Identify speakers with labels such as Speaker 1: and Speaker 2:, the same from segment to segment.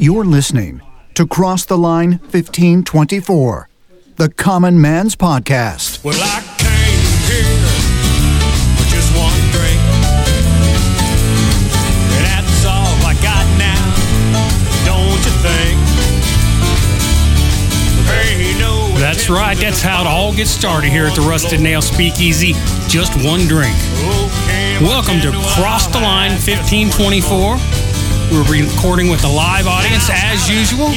Speaker 1: You're listening to Cross the Line 1524, the Common Man's Podcast.
Speaker 2: Well, I came here with just one drink. And that's all I got now, don't you think? Pay no
Speaker 3: That's right. That's how it all gets started here at the Rusted Nail Speakeasy. Just one drink. Welcome to Cross the Line 1524. We're recording with a live audience as usual.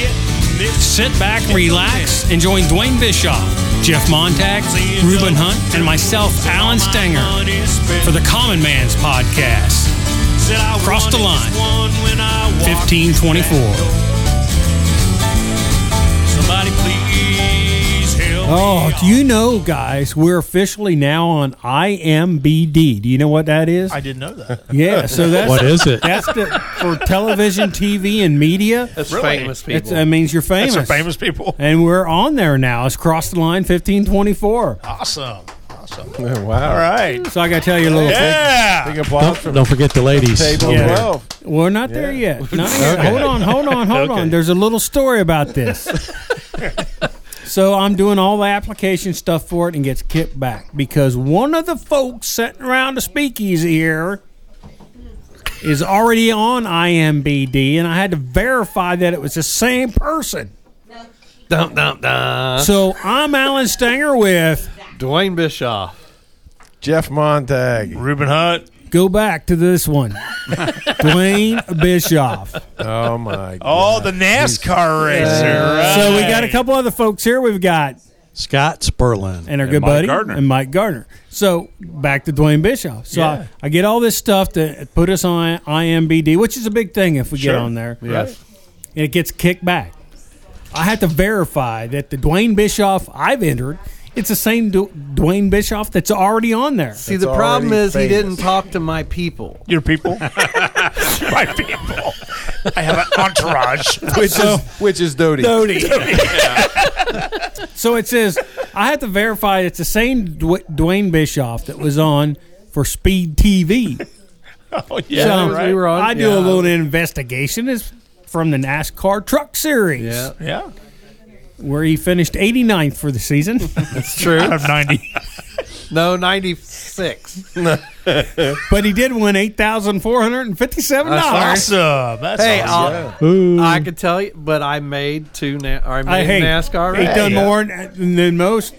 Speaker 3: Sit back, relax, and join Dwayne Bischoff, Jeff Montag, Ruben Hunt, and myself, Alan Stenger, for the Common Man's Podcast, Cross the Line, 1524.
Speaker 2: Somebody please help
Speaker 4: Oh,
Speaker 2: me
Speaker 4: do you know, guys, we're officially now on IMBD. Do you know what that is?
Speaker 5: I didn't know that.
Speaker 4: yeah, so that's
Speaker 6: What is it?
Speaker 4: That's the, for television, TV, and media.
Speaker 7: That's famous people.
Speaker 4: It's, that means you're famous.
Speaker 5: That's some famous people.
Speaker 4: And we're on there now. It's cross the line, fifteen twenty four.
Speaker 5: Awesome. Awesome.
Speaker 7: Oh,
Speaker 5: All
Speaker 7: wow.
Speaker 5: right.
Speaker 4: So I got to tell you a little.
Speaker 5: Yeah.
Speaker 7: Big applause
Speaker 6: Don't,
Speaker 7: from
Speaker 6: don't forget the ladies.
Speaker 7: table
Speaker 4: Yeah.
Speaker 7: 12.
Speaker 4: thing. We're not there yet. Not yet. Hold on, hold on, hold on. There's a little story about this. so I'm doing all the application stuff for it and gets kicked back because one of the folks sitting around the speakeasy here is already on IMBD, and I had to verify that it was the same person.
Speaker 7: Dum, dum, dum.
Speaker 4: So I'm Alan Stanger with
Speaker 7: Dwayne Bischoff. Jeff Montag.
Speaker 5: Ruben Hunt.
Speaker 4: go back to this one, Dwayne Bischoff.
Speaker 7: Oh, my
Speaker 5: Oh,
Speaker 7: God.
Speaker 5: the NASCAR racer. right.
Speaker 4: So we got a couple other folks here. We've got
Speaker 6: Scott Sperlin.
Speaker 4: and our good
Speaker 5: Mike
Speaker 4: buddy
Speaker 5: Gardner.
Speaker 4: and Mike Gardner. So back to Dwayne Bischoff. So
Speaker 5: Yeah.
Speaker 4: I, I get all this stuff to put us on IMBD, which is a big thing if we
Speaker 5: Sure.
Speaker 4: get on there,
Speaker 7: Yes.
Speaker 4: and it gets kicked back. I had to verify that the Dwayne Bischoff I've entered, it's the same du- Dwayne Bischoff that's already on there.
Speaker 8: See, the
Speaker 7: It's
Speaker 8: problem
Speaker 7: already
Speaker 8: is he
Speaker 7: famous.
Speaker 8: didn't talk to my people.
Speaker 5: Your people. My people. I have an entourage.
Speaker 7: Which is, which is Doty.
Speaker 4: So it says I had to verify it's the same Dw- Dwayne Bischoff that was on for Speed TV.
Speaker 5: Oh, yeah.
Speaker 4: So
Speaker 8: right. we were on-
Speaker 4: I do
Speaker 8: yeah.
Speaker 4: a little investigation. It's from the NASCAR Truck Series,
Speaker 8: Yeah,
Speaker 5: Yeah.
Speaker 4: where he finished 89th for the season.
Speaker 8: that's true.
Speaker 5: Out of 90.
Speaker 8: No,
Speaker 5: Oh,
Speaker 8: 96.
Speaker 4: but he did win $8,457.
Speaker 5: Awesome. That's
Speaker 8: Hey,
Speaker 4: uh,
Speaker 5: awesome.
Speaker 8: I'll- I could tell you, but I made two na- or I made
Speaker 4: I hate
Speaker 8: NASCAR.
Speaker 4: He
Speaker 8: race.
Speaker 4: done more than than most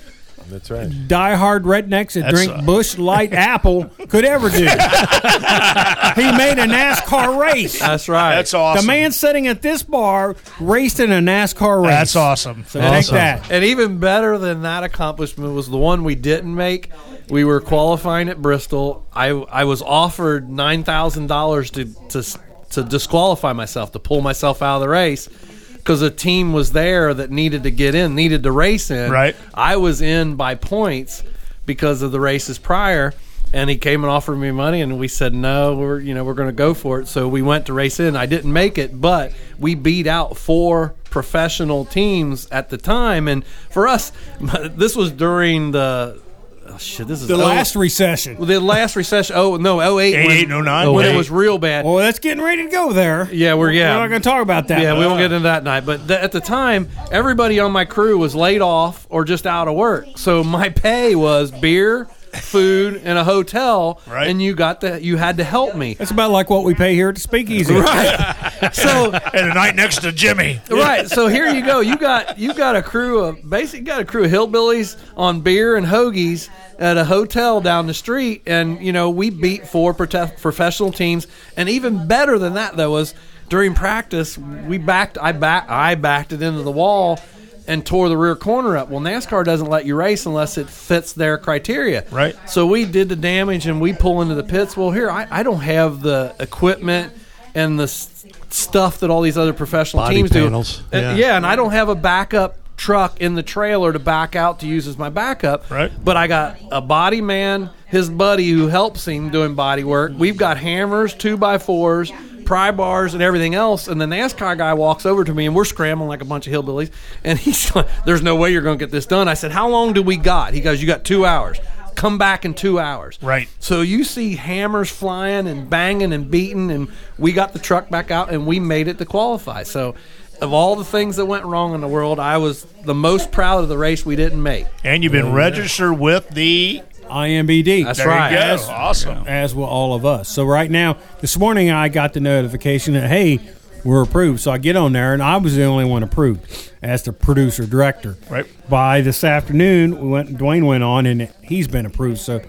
Speaker 7: That's right.
Speaker 4: diehard rednecks that
Speaker 5: That's,
Speaker 4: drink
Speaker 5: uh,
Speaker 4: Bush Light Apple could ever do. he made a NASCAR race.
Speaker 8: That's right.
Speaker 5: That's awesome.
Speaker 4: The man sitting at this bar raced in a NASCAR race.
Speaker 5: That's awesome.
Speaker 4: So take
Speaker 6: Awesome.
Speaker 4: that.
Speaker 8: And even better than that accomplishment was the one we didn't make. We were qualifying at Bristol. I I was offered nine thousand dollars to to to disqualify myself to pull myself out of the race because a team was there that needed to get in, needed to race in.
Speaker 5: Right.
Speaker 8: I was in by points because of the races prior. And he came and offered me money, and we said no. We're you know we're going to go for it. So we went to race in. I didn't make it, but we beat out four professional teams at the time. And for us, this was during the oh shit. This is
Speaker 4: The
Speaker 8: oh-
Speaker 4: last recession.
Speaker 8: the last recession. Oh no, 08,
Speaker 5: 88,
Speaker 8: when,
Speaker 5: 09.
Speaker 8: when
Speaker 5: 08.
Speaker 8: it was real bad.
Speaker 4: Well, that's getting ready to go there.
Speaker 8: Yeah, we're- yeah.
Speaker 4: We're not going to talk about that.
Speaker 8: Yeah, we won't get into that night. But th- at the time, everybody on my crew was laid off or just out of work. So my pay was beer, food, and a hotel.
Speaker 5: Right.
Speaker 8: And you got the you had to help me.
Speaker 4: It's about like what we pay here at the Speakeasy.
Speaker 8: Right. so
Speaker 5: And the night next to Jimmy.
Speaker 8: right. So here you go. You got you got a crew of basically you got a crew of hillbillies on beer and hoagies at a hotel down the street, and you know we beat four prote- professional teams, and even better than that though was during practice we backed I back I backed it into the wall. And tore the rear corner up. Well, NASCAR doesn't let you race unless it fits their criteria.
Speaker 5: Right.
Speaker 8: So we did the damage and we pull into the pits. Well, here I, I don't have the equipment and the s- stuff that all these other professional
Speaker 6: Body
Speaker 8: teams
Speaker 6: panels.
Speaker 8: do. And-
Speaker 6: Yeah.
Speaker 8: yeah. and I don't have a backup truck in the trailer to back out to use as my backup.
Speaker 5: Right.
Speaker 8: But I got a body man, his buddy who helps him doing body work. We've got hammers, two by fours, pry bars, and everything else. And the NASCAR guy walks over to me, and we're scrambling like a bunch of hillbillies. And he's like, "There's no way you're going to get this done." I said, "How long do we got?" He goes, "You got two hours." Come back in two hours.
Speaker 5: Right.
Speaker 8: So you see hammers flying and banging and beating, and we got the truck back out and we made it to qualify. So of all the things that went wrong in the world, I was the most proud of the race we didn't make.
Speaker 5: And you've been registered with the.
Speaker 4: IMBD.
Speaker 8: That's
Speaker 5: There
Speaker 8: right.
Speaker 5: you go.
Speaker 8: That's-
Speaker 5: awesome.
Speaker 4: as will all of us. So right now, this morning I got the notification that hey, we're approved. So I get on there, and I was the only one approved as the producer director.
Speaker 5: Right.
Speaker 4: By this afternoon, we went. Dwayne went on, and he's been approved. So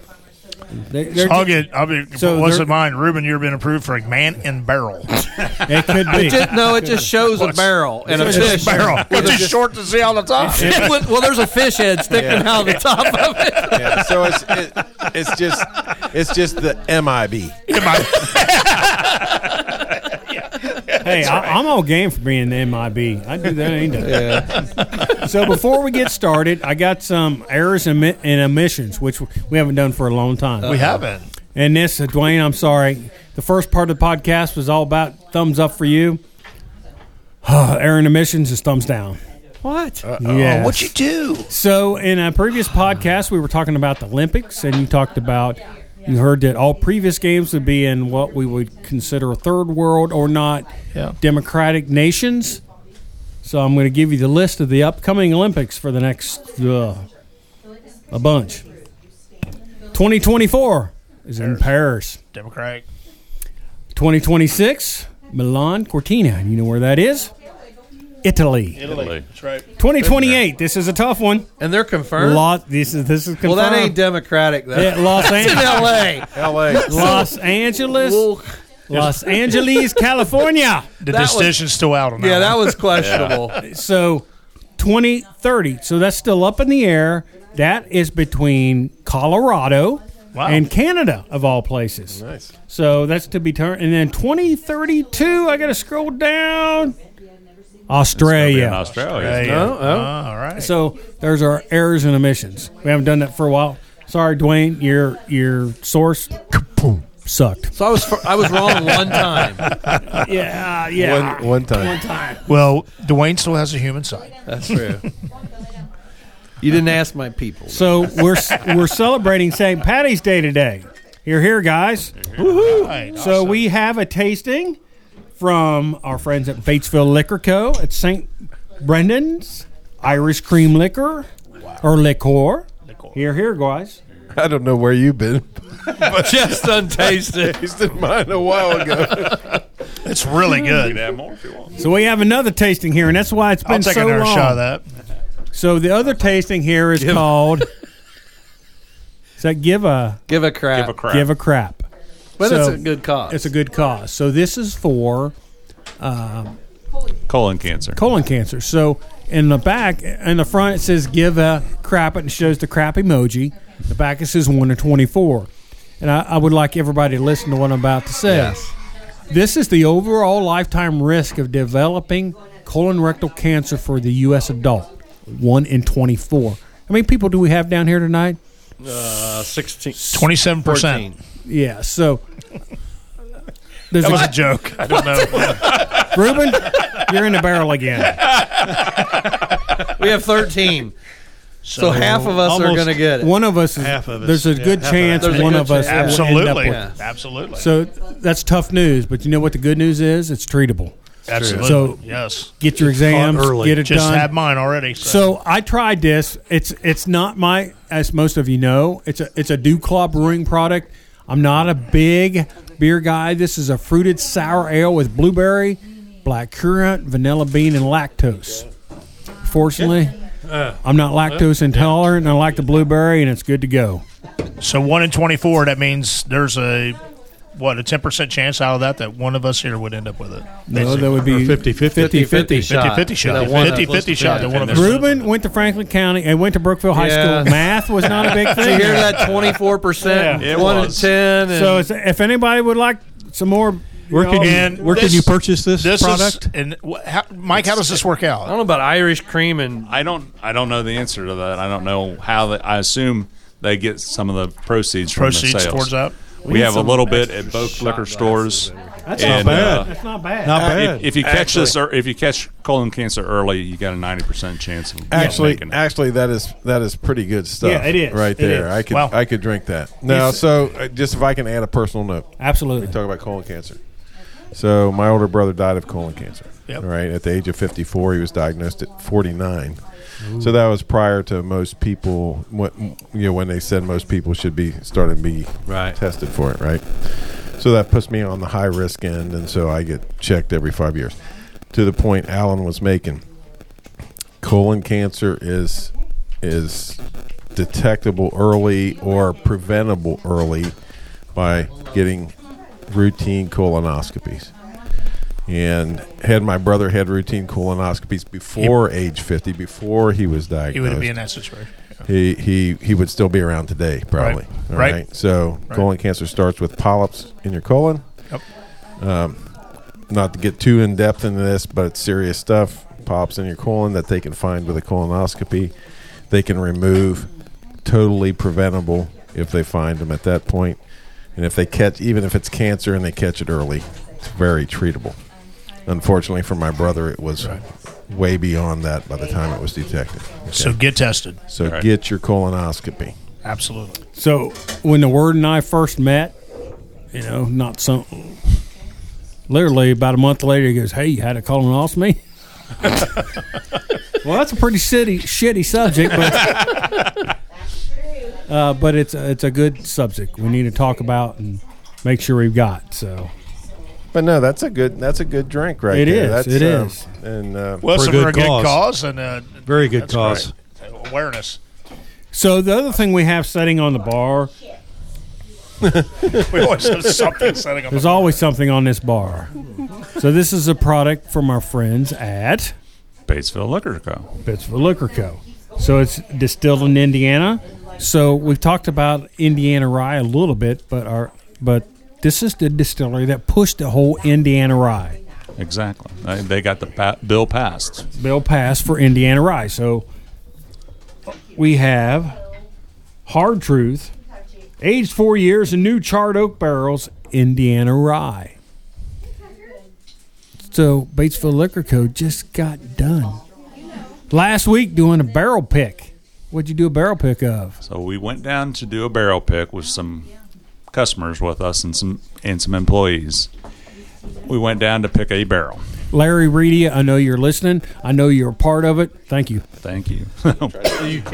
Speaker 4: they, they're
Speaker 5: I'll get. I'll be.
Speaker 4: So
Speaker 5: what's
Speaker 4: there-
Speaker 5: it mine? Ruben, you've been approved for a man in barrel.
Speaker 4: it could be.
Speaker 8: Just, no, it just shows a barrel and a
Speaker 5: It's just
Speaker 8: fish.
Speaker 5: a barrel. What's it short to see on the top?
Speaker 8: With- well, there's a fish head sticking out of the top of it.
Speaker 7: Yeah, so it's it, it's just it's just the MIB.
Speaker 5: Am I-
Speaker 4: hey, I, I'm all game for being the MIB. I do that ain't day. so before we get started, I got some errors and, mi- and omissions, which we haven't done for a long time.
Speaker 5: we haven't.
Speaker 4: And this, uh, Dwayne, I'm sorry. The first part of the podcast was all about thumbs up for you. Aaron emissions is thumbs down.
Speaker 8: What?
Speaker 4: Yes.
Speaker 5: What Uh, you do?
Speaker 4: So, in a previous podcast, we were talking about the Olympics, and you talked about you heard that all previous games would be in what we would consider a third world or not
Speaker 5: Yeah.
Speaker 4: democratic nations. So, I'm going to give you the list of the upcoming Olympics for the next uh, a bunch. 2024 is in Paris.
Speaker 5: Democratic.
Speaker 4: 2026 Milan Cortina. You know where that is? Italy.
Speaker 5: Italy. That's right.
Speaker 4: 2028. This is a tough one.
Speaker 8: And they're confirmed.
Speaker 4: Lot. This is this is
Speaker 8: well,
Speaker 4: confirmed.
Speaker 8: that ain't democratic though.
Speaker 4: Yeah, Los
Speaker 8: In
Speaker 4: Angeles.
Speaker 8: L.A.
Speaker 7: LA.
Speaker 4: Los Angeles.
Speaker 8: Well,
Speaker 4: Los Angeles, California.
Speaker 5: The
Speaker 8: That was-
Speaker 5: decision's still out on that
Speaker 8: yeah, that
Speaker 5: one.
Speaker 8: was questionable.
Speaker 4: So 2030. So that's still up in the air. That is between Colorado
Speaker 5: Wow.
Speaker 4: and Canada, of all places.
Speaker 7: Nice.
Speaker 4: So that's to be turned. And then 2032, I got to scroll down. Australia.
Speaker 9: Australia.
Speaker 5: Yeah,
Speaker 9: isn't it?
Speaker 5: yeah.
Speaker 8: No, no.
Speaker 5: Oh. All right.
Speaker 4: So there's our errors and omissions. We haven't done that for a while. Sorry, Dwayne, your your source sucked.
Speaker 8: So I was fir- I was wrong one time.
Speaker 4: Yeah, yeah.
Speaker 7: One, one time.
Speaker 5: well, Dwayne still has a human side.
Speaker 8: That's true. You didn't ask my people.
Speaker 4: So we're we're celebrating St. Patty's Day today. You're here, guys.
Speaker 5: Right,
Speaker 4: So we have a tasting from our friends at Batesville Liquor Co. at St. Brendan's Irish Cream Liquor or liqueur. Here, here, guys.
Speaker 7: I don't know where you've been.
Speaker 8: Just untasted.
Speaker 7: Tasted mine a while ago.
Speaker 5: it's really good.
Speaker 9: Add more if you want.
Speaker 4: So we have another tasting here, and that's why it's been
Speaker 5: I'll take
Speaker 4: so
Speaker 5: another
Speaker 4: long.
Speaker 5: shot of that.
Speaker 4: So the other tasting here is called. Is that give a
Speaker 8: Give a crap.
Speaker 9: Give a crap.
Speaker 4: give a crap?
Speaker 8: But
Speaker 4: So-
Speaker 8: it's a good cause.
Speaker 4: It's a good cause. So this is for
Speaker 9: Colon cancer.
Speaker 4: colon cancer. So in the back, in the front, it says give a crap and it shows the crap emoji. The back it says one to twenty four, and I, I would like everybody to listen to what I'm about to say. This is the overall lifetime risk of developing colon rectal cancer for the U.S. adult, one in twenty four. How many people do we have down here tonight?
Speaker 9: Uh, 16.
Speaker 5: 27%.
Speaker 4: Yeah. So there's
Speaker 5: That was
Speaker 4: a,
Speaker 5: a joke. I don't know.
Speaker 4: Ruben, you're in a barrel again.
Speaker 8: We have 13. So, half of us are
Speaker 5: almost
Speaker 8: going to get it.
Speaker 4: One of us is.
Speaker 5: Half of us,
Speaker 4: there's a
Speaker 5: yeah,
Speaker 4: good
Speaker 5: half of
Speaker 4: chance
Speaker 5: us.
Speaker 8: There's a
Speaker 4: one
Speaker 8: good
Speaker 4: of us.
Speaker 8: chance.
Speaker 4: will end up
Speaker 5: Absolutely.
Speaker 4: with-
Speaker 8: Yeah.
Speaker 5: Absolutely.
Speaker 4: So that's tough news, but you know what the good news is? It's treatable.
Speaker 5: Absolutely.
Speaker 4: So-
Speaker 5: yes.
Speaker 4: Get your exams,
Speaker 6: early.
Speaker 4: get it
Speaker 5: Just
Speaker 4: done.
Speaker 5: had mine already. So,
Speaker 4: so I tried this. It's it's not my as most of you know. It's a it's a Dew Claw Brewing product. I'm not a big beer guy. This is a fruited sour ale with blueberry, black currant, vanilla bean, and lactose. Fortunately,
Speaker 8: Uh,
Speaker 4: I'm not lactose intolerant. and I like the blueberry, and it's good to go.
Speaker 5: so, 1 in 24, that means there's a, what, a 10% chance out of that that one of us here would end up with it.
Speaker 4: No, that would be
Speaker 6: 50 50.
Speaker 4: 50-50.
Speaker 5: 50 50 shot.
Speaker 8: That one
Speaker 5: 50
Speaker 8: that's
Speaker 5: 50 shot that one of us.
Speaker 4: Ruben went to Franklin County and went to Brookville High
Speaker 8: Yeah.
Speaker 4: School. Math was not a big
Speaker 8: Did
Speaker 4: thing.
Speaker 8: you hear that 24%?
Speaker 5: Yeah.
Speaker 9: It
Speaker 8: one in
Speaker 9: was.
Speaker 8: 10. And
Speaker 4: So it's, if anybody would like some more,
Speaker 6: Where can
Speaker 5: And
Speaker 6: you, where can
Speaker 5: this-
Speaker 6: you purchase this,
Speaker 5: This
Speaker 6: product?
Speaker 5: is, and wh- how, Mike, how does this work
Speaker 8: I don't
Speaker 5: out?
Speaker 8: know about Irish cream and
Speaker 9: I don't. I don't know the answer to that. I don't know how. The, I assume they get some of the proceeds from the
Speaker 5: Proceeds
Speaker 9: sales.
Speaker 5: towards that.
Speaker 9: We, have a little bit at both liquor stores. uh, That's
Speaker 6: Not bad.
Speaker 4: that's not bad.
Speaker 6: Not bad.
Speaker 9: if, if you catch this, or if you catch colon cancer early, you got a ninety percent chance of
Speaker 7: Actually,
Speaker 9: making it.
Speaker 7: actually, that is that is pretty good stuff.
Speaker 4: Yeah, it is.
Speaker 7: right
Speaker 4: It
Speaker 7: there.
Speaker 4: is.
Speaker 7: I could
Speaker 5: Wow.
Speaker 7: I could drink that. Now,
Speaker 4: It's-
Speaker 7: so uh, just if I can add a personal note,
Speaker 4: Absolutely.
Speaker 7: talk about colon cancer. So my older brother died of colon cancer.
Speaker 5: Yep.
Speaker 10: Right. At the age of 54, he was diagnosed at 49. So that was prior to most people, what, you know, when they said most people should be starting to be
Speaker 7: Right.
Speaker 10: tested for it, right? So that puts me on the high risk end, and so I get checked every five years. To the point Alan was making, colon cancer is is detectable early or preventable early by getting routine colonoscopies. And had my brother had routine colonoscopies before age fifty, before he was diagnosed
Speaker 5: He would be in that situation.
Speaker 10: he he he would still be around today probably.
Speaker 5: Right.
Speaker 10: All
Speaker 5: Right.
Speaker 10: So
Speaker 5: Right.
Speaker 10: colon cancer starts with polyps in your colon.
Speaker 5: Yep.
Speaker 10: Um, not to get too in depth into this, but it's serious stuff. Polyps in your colon that they can find with a colonoscopy, they can remove. Totally preventable if they find them at that point, and if they catch, even if it's cancer and they catch it early, it's very treatable. Unfortunately for my brother, it was way beyond that by the time it was detected.
Speaker 5: So get tested.
Speaker 10: So get your colonoscopy.
Speaker 5: Absolutely.
Speaker 4: So when the word and I first met, you know, not some. Literally about a month later, he goes, "Hey, you had a colonoscopy." well, that's a pretty shitty, shitty subject, but uh, but it's a, it's a good subject we need to talk about and make sure we've got. So
Speaker 10: But no, that's a good that's a good drink right
Speaker 4: It
Speaker 10: there.
Speaker 4: is,
Speaker 10: That's,
Speaker 4: it
Speaker 10: um,
Speaker 4: is.
Speaker 10: And uh,
Speaker 5: Well,
Speaker 6: For
Speaker 5: it's
Speaker 6: a
Speaker 5: for
Speaker 6: good
Speaker 5: a good
Speaker 6: cause.
Speaker 5: cause and uh,
Speaker 6: Very good
Speaker 5: that's
Speaker 6: cause.
Speaker 5: great. awareness.
Speaker 4: so the other thing we have setting on the bar,
Speaker 5: We always have something setting up.
Speaker 4: there's always something on this bar. So this is a product from our friends at.
Speaker 9: Batesville Liquor Co.
Speaker 4: Pittsburgh Liquor Co. So it's distilled in Indiana. So we've talked about Indiana rye a little bit, but our but this is the distillery that pushed the whole Indiana rye
Speaker 9: Exactly. They, they got the pa- bill passed.
Speaker 4: bill passed for Indiana rye. So we have Hard Truth, aged four years in new charred oak barrels, Indiana rye. So Batesville Liquor Co. just got done last week doing a barrel pick. What'd you do a barrel pick of?
Speaker 9: So we went down to do a barrel pick with some customers with us and some and some employees. We went down to pick a barrel.
Speaker 4: Larry Reedy, I know you're listening. I know you're a part of it. Thank you.
Speaker 9: Thank you.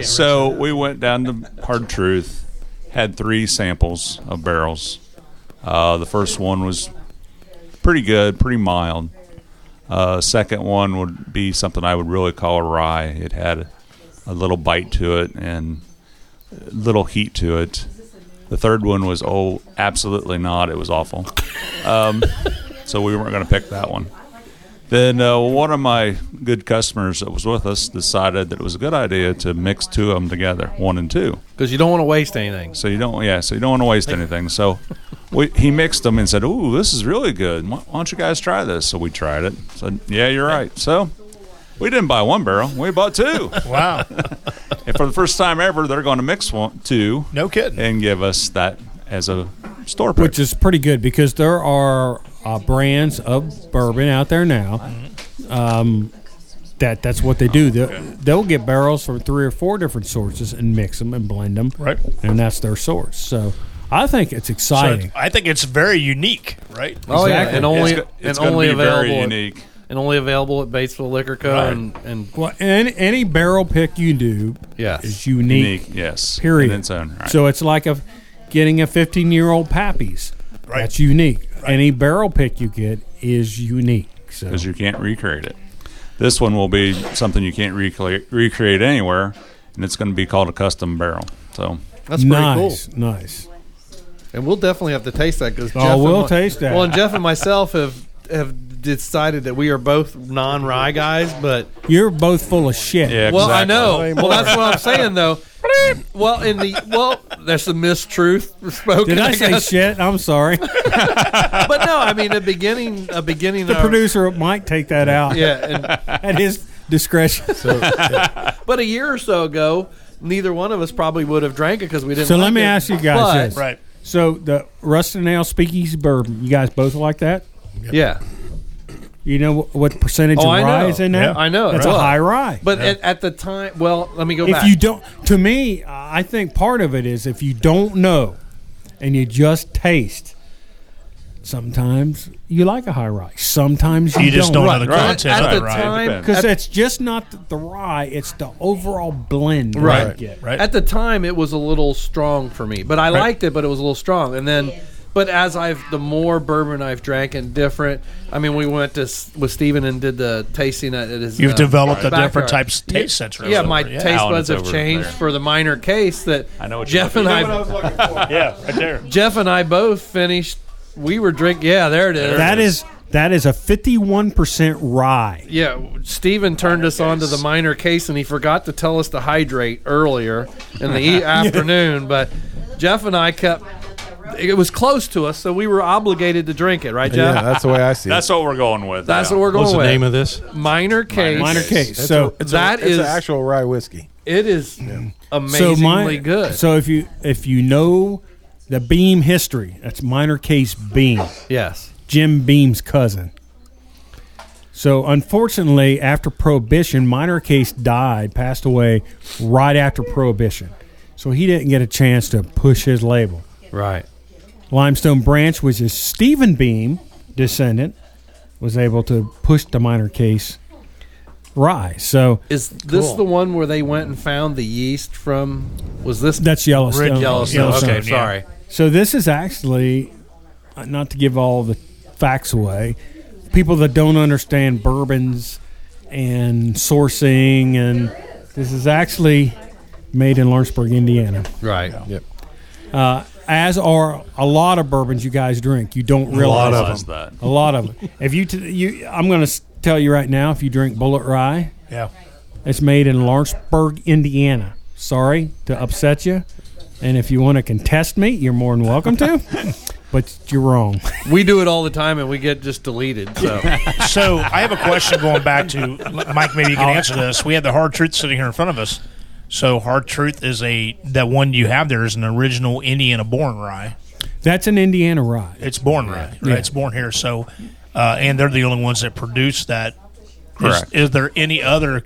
Speaker 9: so we went down to Hard Truth, had three samples of barrels. Uh, the first one was pretty good, pretty mild. Uh, second one would be something I would really call a rye. It had a, a little bite to it and a little heat to it. The third one was oh, absolutely not. It was awful. Um, so we weren't going to pick that one. Then uh, one of my good customers that was with us decided that it was a good idea to mix two of them together, one and two.
Speaker 8: because you don't want to waste anything.
Speaker 9: So you don't, yeah. So you don't want to waste anything. So we, he mixed them and said, "Ooh, this is really good. Why, why don't you guys try this?" So we tried it. Said, "Yeah, you're right." So we didn't buy one barrel. We bought two.
Speaker 5: Wow.
Speaker 9: and for the first time ever, they're going to mix one, two,
Speaker 5: No kidding.
Speaker 9: and give us that as a store pick.
Speaker 4: Which is pretty good because there are uh, brands of bourbon out there now. Um, that that's what they do. They'll, they'll get barrels from three or four different sources and mix them and blend them.
Speaker 5: Right.
Speaker 4: And that's their source. So I think it's exciting.
Speaker 5: I think it's very unique, right?
Speaker 8: Oh yeah,
Speaker 4: Exactly.
Speaker 8: and only
Speaker 9: It's go-
Speaker 8: and
Speaker 9: it's gonna
Speaker 8: only
Speaker 9: be very
Speaker 8: available at-
Speaker 9: unique.
Speaker 8: and only available at Batesville Liquor Co. And, and
Speaker 4: well, any, any barrel pick you do
Speaker 8: Yes.
Speaker 4: is unique.
Speaker 9: unique, yes.
Speaker 4: Period.
Speaker 9: In its own right.
Speaker 4: So it's like a getting a 15 year old Pappy's.
Speaker 5: Right.
Speaker 4: That's unique. Any barrel pick you get is unique. So
Speaker 9: because you can't recreate it. This one will be something you can't recreate, recreate anywhere, and it's going to be called a custom barrel. So
Speaker 8: that's pretty cool.
Speaker 4: nice, nice.
Speaker 8: And we'll definitely have to taste that because
Speaker 4: Oh, we'll taste that.
Speaker 8: Well, and Jeff and myself have have decided that we are both non rye guys, but
Speaker 4: You're both full of shit.
Speaker 9: yeah,
Speaker 8: well, I know.
Speaker 9: exactly.
Speaker 8: Well, that's what I'm saying though. well, in the well, that's the mistruth spoken.
Speaker 4: Did I say
Speaker 8: guess.
Speaker 4: shit? I'm sorry.
Speaker 8: But no, I mean a beginning, a beginning.
Speaker 4: The
Speaker 8: of-
Speaker 4: producer might take that out
Speaker 8: yeah. And,
Speaker 4: at his discretion. So,
Speaker 8: but a year or so ago, neither one of us probably would have drank it because we didn't.
Speaker 4: So let
Speaker 8: like
Speaker 4: me
Speaker 8: it.
Speaker 4: ask you guys
Speaker 8: But-
Speaker 4: this.
Speaker 5: Right.
Speaker 4: the Rust and Ale Speakeasy Bourbon, you guys both like that?
Speaker 8: Yeah.
Speaker 4: You know wh- what percentage
Speaker 8: Oh,
Speaker 4: of
Speaker 8: I
Speaker 4: rye
Speaker 8: know.
Speaker 4: is in there?
Speaker 8: Yeah. I know.
Speaker 4: That's
Speaker 8: Well,
Speaker 4: a high rye.
Speaker 8: But at, at the time, well, let me go
Speaker 4: if
Speaker 8: back.
Speaker 4: you don't to me i think part of it is if you don't know and you just taste Sometimes you like a high rye. Sometimes you,
Speaker 5: You just don't know the
Speaker 4: Right.
Speaker 5: content
Speaker 8: At
Speaker 5: of
Speaker 8: the
Speaker 5: it, right?
Speaker 8: time,
Speaker 9: Depends.
Speaker 4: Because it's just not the, the rye; it's the overall blend. that
Speaker 8: Right.
Speaker 4: you get.
Speaker 5: Right.
Speaker 8: At the time, it was a little strong for me, but I liked it. But it was a little strong, and then, but as I've the more bourbon I've drank and different. I mean, we went to s- with Steven and did the tasting at at his. uh,
Speaker 5: You've developed a
Speaker 8: backyard.
Speaker 5: different types of
Speaker 8: Yeah,
Speaker 5: taste sensor.
Speaker 8: Yeah, my
Speaker 5: Yeah.
Speaker 8: taste
Speaker 9: Alan,
Speaker 8: buds
Speaker 9: it's
Speaker 8: have
Speaker 9: over
Speaker 8: changed
Speaker 9: there.
Speaker 8: for the minor case that
Speaker 9: I know what you're
Speaker 8: Jeff and
Speaker 9: looking
Speaker 8: I,
Speaker 5: yeah, right there.
Speaker 8: Jeff and I both finished. We were drink. Yeah, there it is.
Speaker 4: That is that is a fifty-one percent rye.
Speaker 8: Yeah, Steven turned us on to the minor case, and he forgot to tell us to hydrate earlier in the e- afternoon. But Jeff and I kept. It was close to us, so we were obligated to drink it, right, Jeff?
Speaker 10: Yeah, that's the way I see it.
Speaker 9: That's what we're going with.
Speaker 8: That's
Speaker 9: yeah.
Speaker 8: what we're going
Speaker 6: What's the
Speaker 8: with.
Speaker 6: name of this?
Speaker 8: minor case.
Speaker 4: Minor case.
Speaker 10: That's
Speaker 4: so
Speaker 10: a- it's
Speaker 8: that
Speaker 10: a, it's
Speaker 8: is-
Speaker 10: an actual rye whiskey.
Speaker 8: It is amazingly good.
Speaker 4: So if you if you know the Beam history, that's Minor Case Beam,
Speaker 8: yes.
Speaker 4: Jim Beam's cousin. So unfortunately, after Prohibition, Minor Case died, passed away right after Prohibition. So he didn't get a chance to push his label.
Speaker 8: Right.
Speaker 4: Limestone Branch, which is Stephen Beam descendant, was able to push the Minor Case rye. So
Speaker 8: Is this the one where they went and found the yeast from? Was this
Speaker 4: that's Yellowstone.
Speaker 8: Red Yellowstone?
Speaker 5: Yellowstone,
Speaker 8: Okay,
Speaker 5: yeah.
Speaker 8: sorry.
Speaker 4: So this is actually uh, not to give all the facts away. People that don't understand bourbons and sourcing, and this is actually made in Lawrenceburg, Indiana.
Speaker 8: Right.
Speaker 4: As are a lot of bourbons you guys drink. You don't realize
Speaker 9: of
Speaker 4: them.
Speaker 9: them.
Speaker 4: A lot of them. If you, t- you, I'm going to tell you right now. If you drink Bullet Rye,
Speaker 5: Yeah.
Speaker 4: it's made in Lawrenceburg, Indiana. Sorry to upset you. And if you want to contest me, you're more than welcome to. but you're wrong.
Speaker 8: We do it all the time, and we get just deleted. So
Speaker 5: So I have a question going back to Mike. Maybe you
Speaker 4: Oh.
Speaker 5: can answer this. We had the hard truth sitting here in front of us. So hard truth is a that one you have there is an original Indiana born rye.
Speaker 4: That's an Indiana rye.
Speaker 5: It's born rye, right?
Speaker 4: Yeah.
Speaker 5: It's born here. So, uh, and they're the only ones that produce that. Is,
Speaker 9: Correct.
Speaker 5: is there any other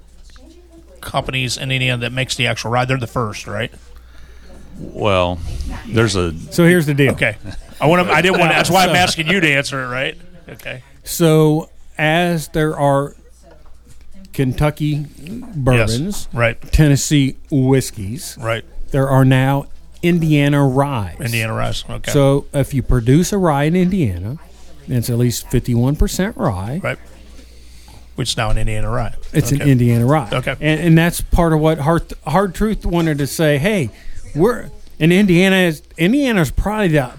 Speaker 5: companies in Indiana that makes the actual rye? They're the first, right?
Speaker 9: Well, there's a
Speaker 4: So here's the deal.
Speaker 5: Okay. I want. to. I didn't want. to That's why I'm asking you to answer it, right? Okay.
Speaker 4: So as there are Kentucky bourbons,
Speaker 5: Right.
Speaker 4: Tennessee whiskeys,
Speaker 5: Right.
Speaker 4: there are now Indiana ryes.
Speaker 5: Indiana rice. Okay.
Speaker 4: So if you produce a rye in Indiana, it's at least 51% rye.
Speaker 5: right. Which is now an Indiana rye.
Speaker 4: It's an
Speaker 5: Okay.
Speaker 4: Indiana rye.
Speaker 5: Okay.
Speaker 4: And, and that's part of what Hard, Hard Truth wanted to say. Hey, we're in Indiana. Is, Indiana's probably the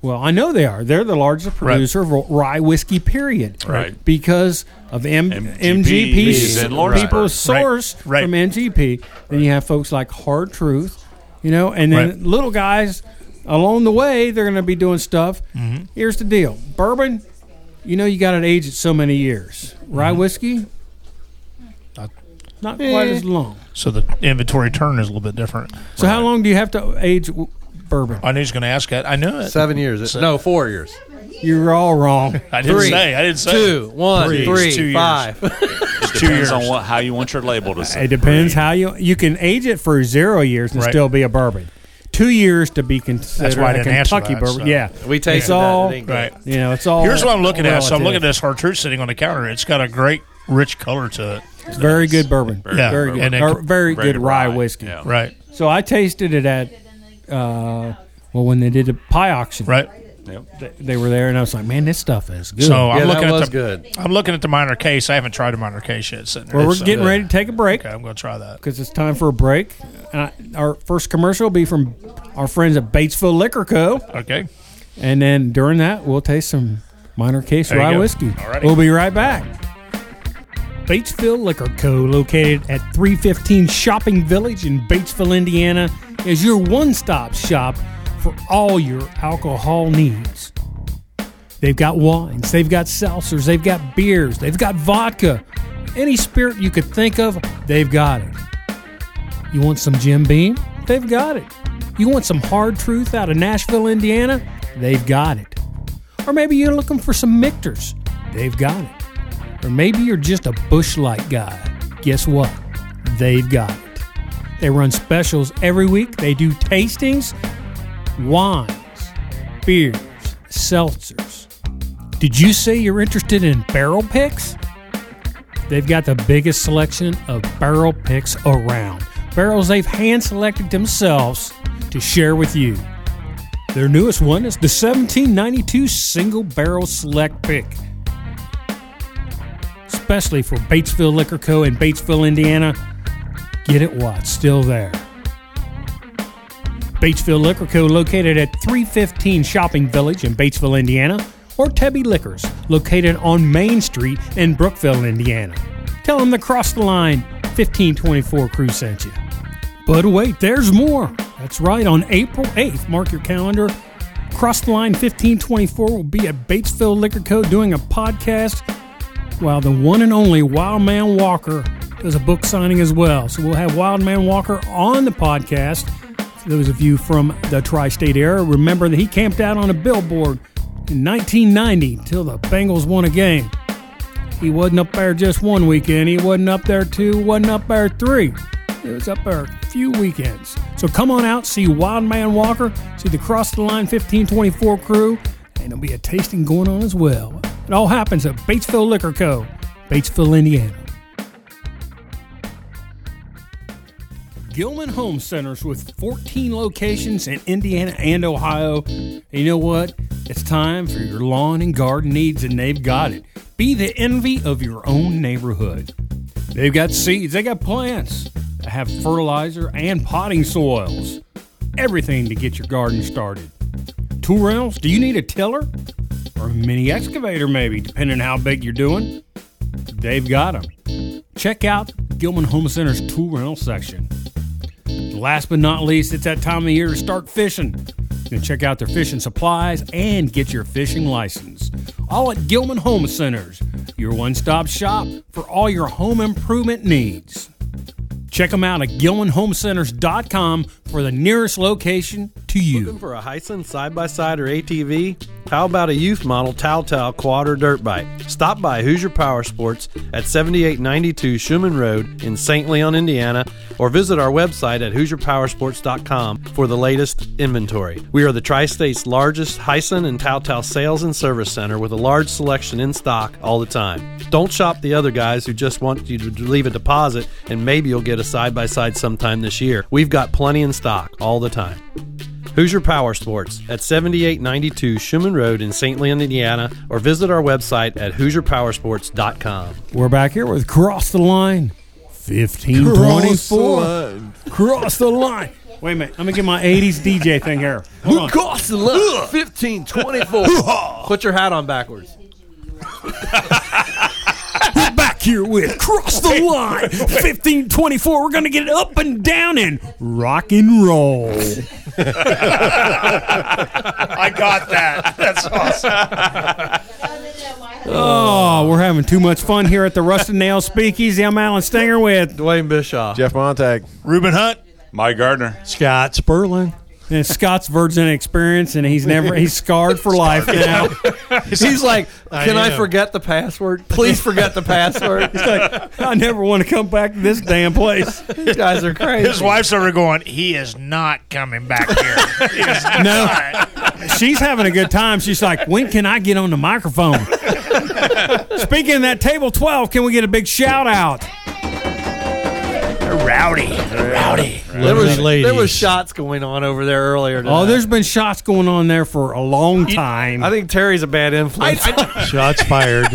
Speaker 4: well, I know they are. They're the largest
Speaker 5: Right.
Speaker 4: producer of rye whiskey. Period.
Speaker 9: Right.
Speaker 4: Because of M-
Speaker 9: MGP
Speaker 4: MGP,
Speaker 9: is in Lawrenceburg.
Speaker 4: people
Speaker 9: Right.
Speaker 4: source
Speaker 5: Right.
Speaker 4: from MGP. Then you have folks like Hard Truth, you know, and then
Speaker 5: Right.
Speaker 4: little guys along the way. They're going to be doing stuff. Here's the deal: bourbon. You know, you got to age it so many years. Rye whiskey, not quite
Speaker 8: Eh.
Speaker 4: as long.
Speaker 5: So the inventory turn is a little bit different.
Speaker 4: So how long do you have to age w- bourbon?
Speaker 5: I knew he was going to ask that. I knew it.
Speaker 8: seven years. No, four years.
Speaker 4: You're all wrong.
Speaker 5: I didn't
Speaker 8: Three,
Speaker 5: say. I didn't say.
Speaker 8: Two, one,
Speaker 5: Three.
Speaker 8: three,
Speaker 5: It's two years.
Speaker 8: five.
Speaker 9: it
Speaker 5: two years.
Speaker 9: depends on what how you want your label to say.
Speaker 4: It depends how you you can age it for zero years and
Speaker 5: Right.
Speaker 4: still be a bourbon. Two years to be considered
Speaker 5: That's why I
Speaker 4: a
Speaker 5: didn't answer
Speaker 4: Kentucky
Speaker 5: that,
Speaker 4: bourbon.
Speaker 5: so.
Speaker 4: Yeah,
Speaker 8: We tasted
Speaker 4: It's all
Speaker 8: that. It ain't good.
Speaker 5: Right.
Speaker 4: you know it's all.
Speaker 5: Here's what I'm looking at. So I'm looking
Speaker 4: relative.
Speaker 5: at this hard truth sitting on the counter. It's got a great, rich color to it.
Speaker 4: It's very good bourbon. Very,
Speaker 5: Yeah.
Speaker 4: very
Speaker 5: And
Speaker 4: good.
Speaker 5: it-
Speaker 4: or very,
Speaker 9: Very
Speaker 4: good rye, whiskey.
Speaker 9: Yeah.
Speaker 5: Right.
Speaker 4: So I tasted it at uh, well when they did the pie auction.
Speaker 5: Right.
Speaker 9: Yep.
Speaker 4: They, they were there and I was like, man, this stuff is good.
Speaker 5: So I'm
Speaker 8: Yeah,
Speaker 5: looking
Speaker 8: that
Speaker 5: at
Speaker 8: was
Speaker 5: the,
Speaker 8: good.
Speaker 5: I'm looking at the minor case. I haven't tried the minor case yet. Sitting there,
Speaker 4: well, we're
Speaker 5: so-
Speaker 4: getting ready to take a break.
Speaker 5: uh, Okay, I'm going to try that.
Speaker 4: because it's time for a break. And I, our first commercial will be from our friends at Batesville Liquor Co.
Speaker 5: Okay.
Speaker 4: And then during that, we'll taste some minor case
Speaker 5: There you
Speaker 4: rye
Speaker 5: go.
Speaker 4: whiskey.
Speaker 5: Alrighty.
Speaker 4: We'll be right back. Batesville Liquor Co., located at 315 Shopping Village in Batesville, Indiana, is your one stop shop for all your alcohol needs. They've got wines, they've got seltzers, they've got beers, they've got vodka. Any spirit you could think of, they've got it. You want some Jim Beam? They've got it. You want some hard truth out of Nashville, Indiana? They've got it. Or maybe you're looking for some Mictors? They've got it. Or maybe you're just a bushlight guy. Guess what? They've got it. They run specials every week. They do tastings, wines, beers, seltzers. Did you say you're interested in barrel picks? They've got the biggest selection of barrel picks around. Barrels they've hand selected themselves to share with you. Their newest one is the 1792 Single Barrel Select Pick. Especially for Batesville Liquor Co. in Batesville, Indiana. Get it what? Still there. Batesville Liquor Co. located at 315 Shopping Village in Batesville, Indiana, or Tebby Liquors located on Main Street in Brookville, Indiana. Tell them the Cross the Line 1524 crew sent you. But wait, there's more. That's right, on April 8th, mark your calendar. Cross the Line 1524 will be at Batesville Liquor Co. doing a podcast while the one and only Wild Man Walker does a book signing as well. So we'll have Wild Man Walker on the podcast. For those of you from the tri state area, remember that he camped out on a billboard in 1990 till the Bengals won a game. He wasn't up there just one weekend, he wasn't up there two, wasn't up there three. It was up there a few weekends. So come on out, see Wild Man Walker, see the Cross the Line 1524 crew, and there'll be a tasting going on as well. It all happens at Batesville Liquor Co., Batesville, Indiana. Gilman Home Centers with 14 locations in Indiana and Ohio. And you know what? It's time for your lawn and garden needs, and they've got it. Be the envy of your own neighborhood. They've got seeds, they got plants that have fertilizer and potting soils. Everything to get your garden started. Two rentals? Do you need a tiller? Or a mini excavator, maybe, depending on how big you're doing? They've got them. Check out Gilman Home Center's tool rental section. Last but not least, it's that time of year to start fishing. You can check out their fishing supplies and get your fishing license. All at Gilman Home Centers, your one stop shop for all your home improvement needs. Check them out at gilmanhomecenters.com for the nearest location to you.
Speaker 8: Looking for a Heisen side by side or ATV? How about a youth model Towtow quad or dirt bike? Stop by Hoosier Power Sports at 7892 Schuman Road in St. Leon, Indiana, or visit our website at HoosierPowersports.com for the latest inventory. We are the tri state's largest Heisen and Towtow sales and service center with a large selection in stock all the time. Don't shop the other guys who just want you to leave a deposit and maybe you'll get a side by side sometime this year. We've got plenty in stock all the time. Hoosier Power Sports at 7892 Schuman Road in St. Leon, Indiana, or visit our website at HoosierPowersports.com.
Speaker 4: We're back here with Cross the Line 1524. Cross the line. Wait a minute. Let me get my 80s DJ thing here. Hold on.
Speaker 8: Cross the line. 1524. Put your hat on backwards.
Speaker 4: We're back here with Cross the Line 1524. We're going to get it up and down and rock and roll.
Speaker 5: I got that. That's awesome.
Speaker 4: Oh, we're having too much fun here at the Rusted Nail Speakeasy. I'm Alan Stinger with
Speaker 8: Dwayne Bischoff.
Speaker 10: Jeff Montag.
Speaker 5: Reuben Hunt.
Speaker 9: Mike Gardner.
Speaker 6: Scott Sperling.
Speaker 4: and Scott's Virgin Experience, and he's never he's scarred for life now.
Speaker 8: He's like, can I,
Speaker 6: am.
Speaker 8: forget the password? Please forget the password. He's like,
Speaker 4: I never want to come back to this damn place.
Speaker 8: these guys are crazy.
Speaker 5: His wife's over going, he is not coming back here. He is
Speaker 4: No.
Speaker 5: not.
Speaker 4: She's having a good time. She's like, when can I get on the microphone? Speaking of that table twelve, can we get a big shout out?
Speaker 5: They're rowdy. They're rowdy.
Speaker 8: There was,
Speaker 6: ladies.
Speaker 8: there was shots going on over there earlier.
Speaker 4: Oh,
Speaker 8: tonight.
Speaker 4: there's been shots going on there for a long time.
Speaker 8: I think Terry's a bad influence.
Speaker 6: Shots fired.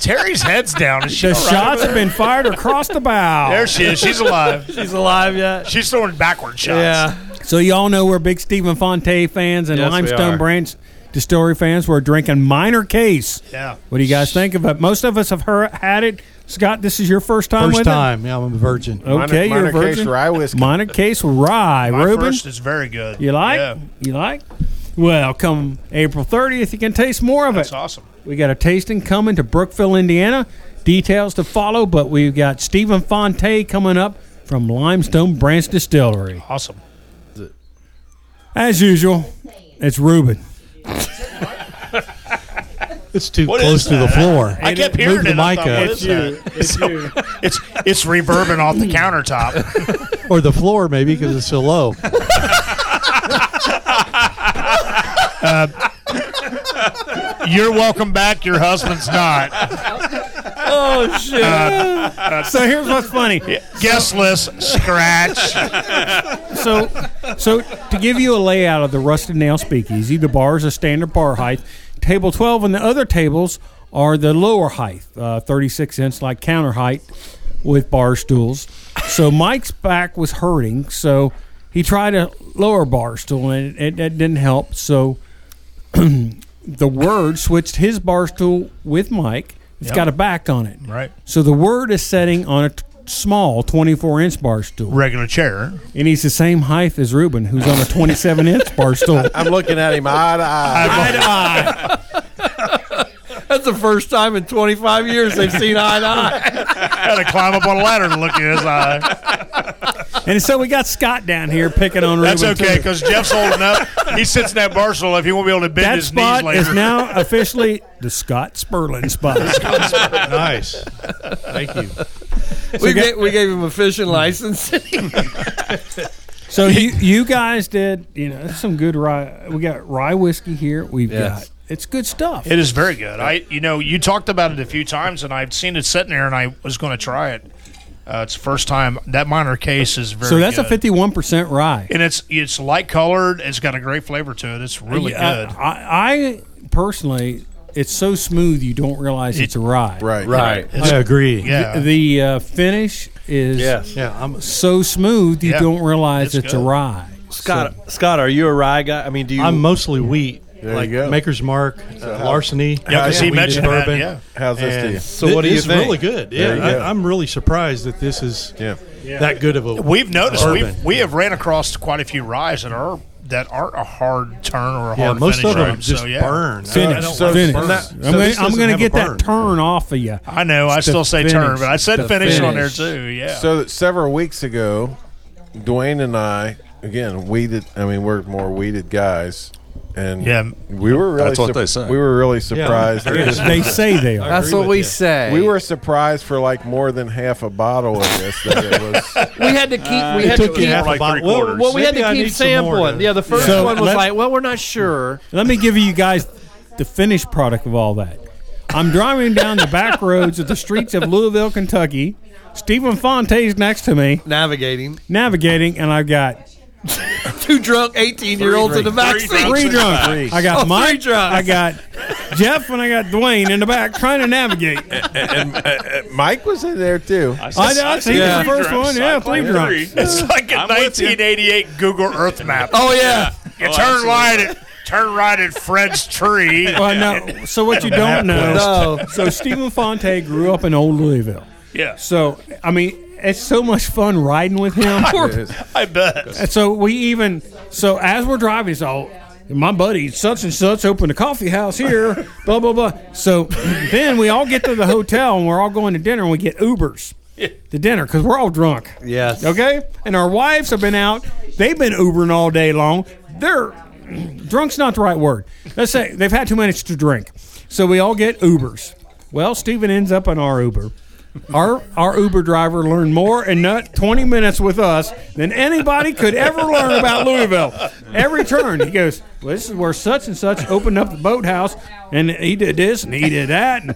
Speaker 5: Terry's head's down. Is she
Speaker 4: the
Speaker 5: all right?
Speaker 4: shots have been fired across the bow.
Speaker 5: There she is. She's alive.
Speaker 8: He's alive yet?
Speaker 5: She's throwing backward shots.
Speaker 8: Yeah.
Speaker 4: So y'all know we're big Stephen Fonte fans and
Speaker 8: Yes, we
Speaker 4: Limestone
Speaker 8: are.
Speaker 4: Branch Distillery fans. We're drinking Minor Case.
Speaker 5: Yeah.
Speaker 4: What do you guys think of it? Most of us have heard, had it. Scott, this is your first time
Speaker 6: First
Speaker 4: with
Speaker 6: time. Yeah, I'm a virgin.
Speaker 4: it. Okay,
Speaker 10: Minor-
Speaker 4: you're a
Speaker 10: Minor Case
Speaker 4: virgin.
Speaker 10: rye whiskey.
Speaker 4: Minor Case Rye.
Speaker 5: My
Speaker 4: Reuben,
Speaker 5: first is very good.
Speaker 4: you like?
Speaker 5: Yeah.
Speaker 4: You like? Well, come April 30th, you can taste more of
Speaker 5: That's
Speaker 4: it.
Speaker 5: awesome.
Speaker 4: We got a tasting coming to Brookville, Indiana. Details to follow, but we've got Stephen Fonte coming up from Limestone Branch Distillery.
Speaker 5: Awesome.
Speaker 4: As usual, it's Ruben.
Speaker 6: It's too
Speaker 5: What
Speaker 6: close
Speaker 5: is
Speaker 6: to the
Speaker 5: that?
Speaker 6: floor.
Speaker 5: I kept
Speaker 6: Move
Speaker 5: hearing
Speaker 6: the
Speaker 5: it. I
Speaker 6: mic
Speaker 5: thought,
Speaker 6: up.
Speaker 5: what is that? It's it's reverbing off the countertop.
Speaker 6: Or the floor, maybe, because it's so low.
Speaker 5: You're welcome back. Your husband's not.
Speaker 4: oh shit! so here's what's funny.
Speaker 5: Guest list scratch.
Speaker 4: so, so to give you a layout of the rusted nail speakeasy, the bars are standard bar height. Table twelve and the other tables are the lower height, uh, thirty-six inch, like counter height, with bar stools. So Mike's back was hurting, so he tried a lower bar stool, and it, it didn't help. So the word switched his bar stool with Mike. It's
Speaker 5: Yep.
Speaker 4: got a back on it.
Speaker 5: Right.
Speaker 4: So the word is sitting on a t- small 24 inch bar stool.
Speaker 5: Regular chair.
Speaker 4: And he's the same height as Ruben, who's on a 27 inch bar stool.
Speaker 10: I'm looking at him eye to eye.
Speaker 8: That's the first time in 25 years they've seen eye to eye.
Speaker 5: Had to climb up on a ladder to look in his eye.
Speaker 4: And so we got Scott down here picking on Ruben.
Speaker 5: That's okay
Speaker 4: too.
Speaker 5: because Jeff's old enough. He sits in that bar stool if he won't be able to bend
Speaker 4: that
Speaker 5: his knees
Speaker 4: spot
Speaker 5: later.
Speaker 4: is now officially the Scott Sperlin spot.
Speaker 6: nice. Thank you.
Speaker 8: We, ga- we gave him a fishing license.
Speaker 4: So you you guys did you know that's some good rye. We got rye whiskey here. We've
Speaker 8: Yes.
Speaker 4: got it's good stuff.
Speaker 5: It is very good. I, you know, you talked about it a few times, and I've seen it sitting there, and I was going to try it. Uh, it's the first time that minor case is very.
Speaker 4: so that's a
Speaker 5: good.
Speaker 4: fifty one percent rye.
Speaker 5: and it's it's light colored. It's got a great flavor to it. It's really
Speaker 4: Yeah, uh,
Speaker 5: good.
Speaker 4: I, I personally, it's so smooth you don't realize it's a rye.
Speaker 10: Right.
Speaker 8: right.
Speaker 6: I agree.
Speaker 5: yeah,
Speaker 4: The uh, finish is
Speaker 6: Yeah, I'm
Speaker 4: so smooth you
Speaker 5: Yeah.
Speaker 4: don't realize
Speaker 5: It's
Speaker 4: it's, a
Speaker 5: good.
Speaker 4: rye.
Speaker 8: Scott, Scott, are you a rye guy? I mean, do you?
Speaker 6: I'm mostly wheat.
Speaker 10: There
Speaker 6: like
Speaker 10: you go.
Speaker 6: Maker's Mark, uh, Larceny.
Speaker 5: Yeah, 'cause he
Speaker 6: wheat and
Speaker 5: mentioned that, yeah.
Speaker 10: How's this
Speaker 6: And
Speaker 10: to you?
Speaker 6: So
Speaker 8: Thi-
Speaker 6: what
Speaker 8: this
Speaker 6: is
Speaker 8: is really
Speaker 6: really good.
Speaker 10: There
Speaker 6: Yeah,
Speaker 10: you go.
Speaker 6: I, I'm really surprised that this is
Speaker 10: Yeah.
Speaker 6: that good of a.
Speaker 5: we've noticed
Speaker 6: bourbon.
Speaker 5: we've we have ran across quite a few ryes that are that aren't a hard turn or a
Speaker 6: yeah,
Speaker 5: hard
Speaker 6: most
Speaker 5: finish.
Speaker 6: of them
Speaker 5: so,
Speaker 6: just
Speaker 5: yeah.
Speaker 6: burn. I
Speaker 4: Finish.
Speaker 6: don't
Speaker 10: so-
Speaker 6: like
Speaker 4: finish.
Speaker 10: burn.
Speaker 6: burn.
Speaker 10: That-
Speaker 6: So
Speaker 4: I'm gonna-
Speaker 6: this
Speaker 4: I'm
Speaker 6: doesn't
Speaker 4: going to
Speaker 6: have a
Speaker 4: get
Speaker 6: burn.
Speaker 4: that turn off of you.
Speaker 5: I know. I
Speaker 4: It's the
Speaker 5: still say turn,
Speaker 4: finish.
Speaker 5: but I said
Speaker 8: The
Speaker 5: finish, on there
Speaker 8: finish.
Speaker 5: too. Yeah.
Speaker 10: So that several weeks ago, Dwayne and I again weeded. I mean, we're more weeded guys, and
Speaker 5: Yeah.
Speaker 10: we were really
Speaker 9: That's what they say.
Speaker 10: We were really surprised.
Speaker 6: Yeah.
Speaker 10: There's-
Speaker 4: They say they are.
Speaker 8: That's
Speaker 6: agree
Speaker 8: what
Speaker 6: with
Speaker 8: we
Speaker 6: you.
Speaker 8: say.
Speaker 10: we were surprised for like more than half a bottle of this. That it was
Speaker 8: We had to keep. we had
Speaker 6: It
Speaker 8: to
Speaker 6: took you
Speaker 8: keep.
Speaker 6: half
Speaker 9: like
Speaker 6: a bottle.
Speaker 9: three
Speaker 6: Well,
Speaker 9: quarters.
Speaker 8: Well, we had
Speaker 6: maybe
Speaker 8: to
Speaker 6: I
Speaker 8: keep
Speaker 6: need some more
Speaker 8: sampling.
Speaker 6: to-
Speaker 8: Yeah, the first
Speaker 4: So
Speaker 8: one was
Speaker 4: let's-
Speaker 8: like, well, we're not sure.
Speaker 4: Let me give you guys the finished product of all that. I'm driving down the back roads of the streets of Louisville, Kentucky. Stephen Fonte's next to me,
Speaker 8: Navigating
Speaker 4: navigating, and I've got
Speaker 8: two drunk eighteen-year-olds in the back
Speaker 9: three
Speaker 8: seat.
Speaker 4: three drunks. I got
Speaker 8: Oh, three
Speaker 4: Mike,
Speaker 8: drunks.
Speaker 4: I got Jeff, and I got Dwayne in the back trying to navigate.
Speaker 10: Mike was in there too.
Speaker 4: I, I, see
Speaker 9: Yeah.
Speaker 4: the first one. Yeah, three drunks.
Speaker 5: it's like a
Speaker 9: I'm with you.
Speaker 5: 1988 Google Earth map.
Speaker 8: Oh yeah.
Speaker 5: You
Speaker 9: Oh,
Speaker 5: turn
Speaker 9: absolutely.
Speaker 5: right at turn right at Fred's tree.
Speaker 4: Well, no. So what you don't know?
Speaker 8: No.
Speaker 4: So Stephen Fonte grew up in Old Louisville.
Speaker 5: Yeah.
Speaker 4: So I mean, it's so much fun riding with him.
Speaker 5: I bet.
Speaker 4: And so we even so as we're driving, it's all my buddy such and such opened a coffee house here, blah blah blah. So then we all get to the hotel and we're all going to dinner and we get Ubers to dinner because we're all drunk.
Speaker 8: Yes.
Speaker 4: Okay. And our wives have been out. They've been Ubering all day long. They're drunk's not the right word. Let's say they've had two minutes to drink. So we all get Ubers. Well, Steven ends up in our Uber. Our our Uber driver learned more in not 20 minutes with us than anybody could ever learn about Louisville. Every turn, he goes, "Well, this is where such and such opened up the boathouse, and he did this and he did that." And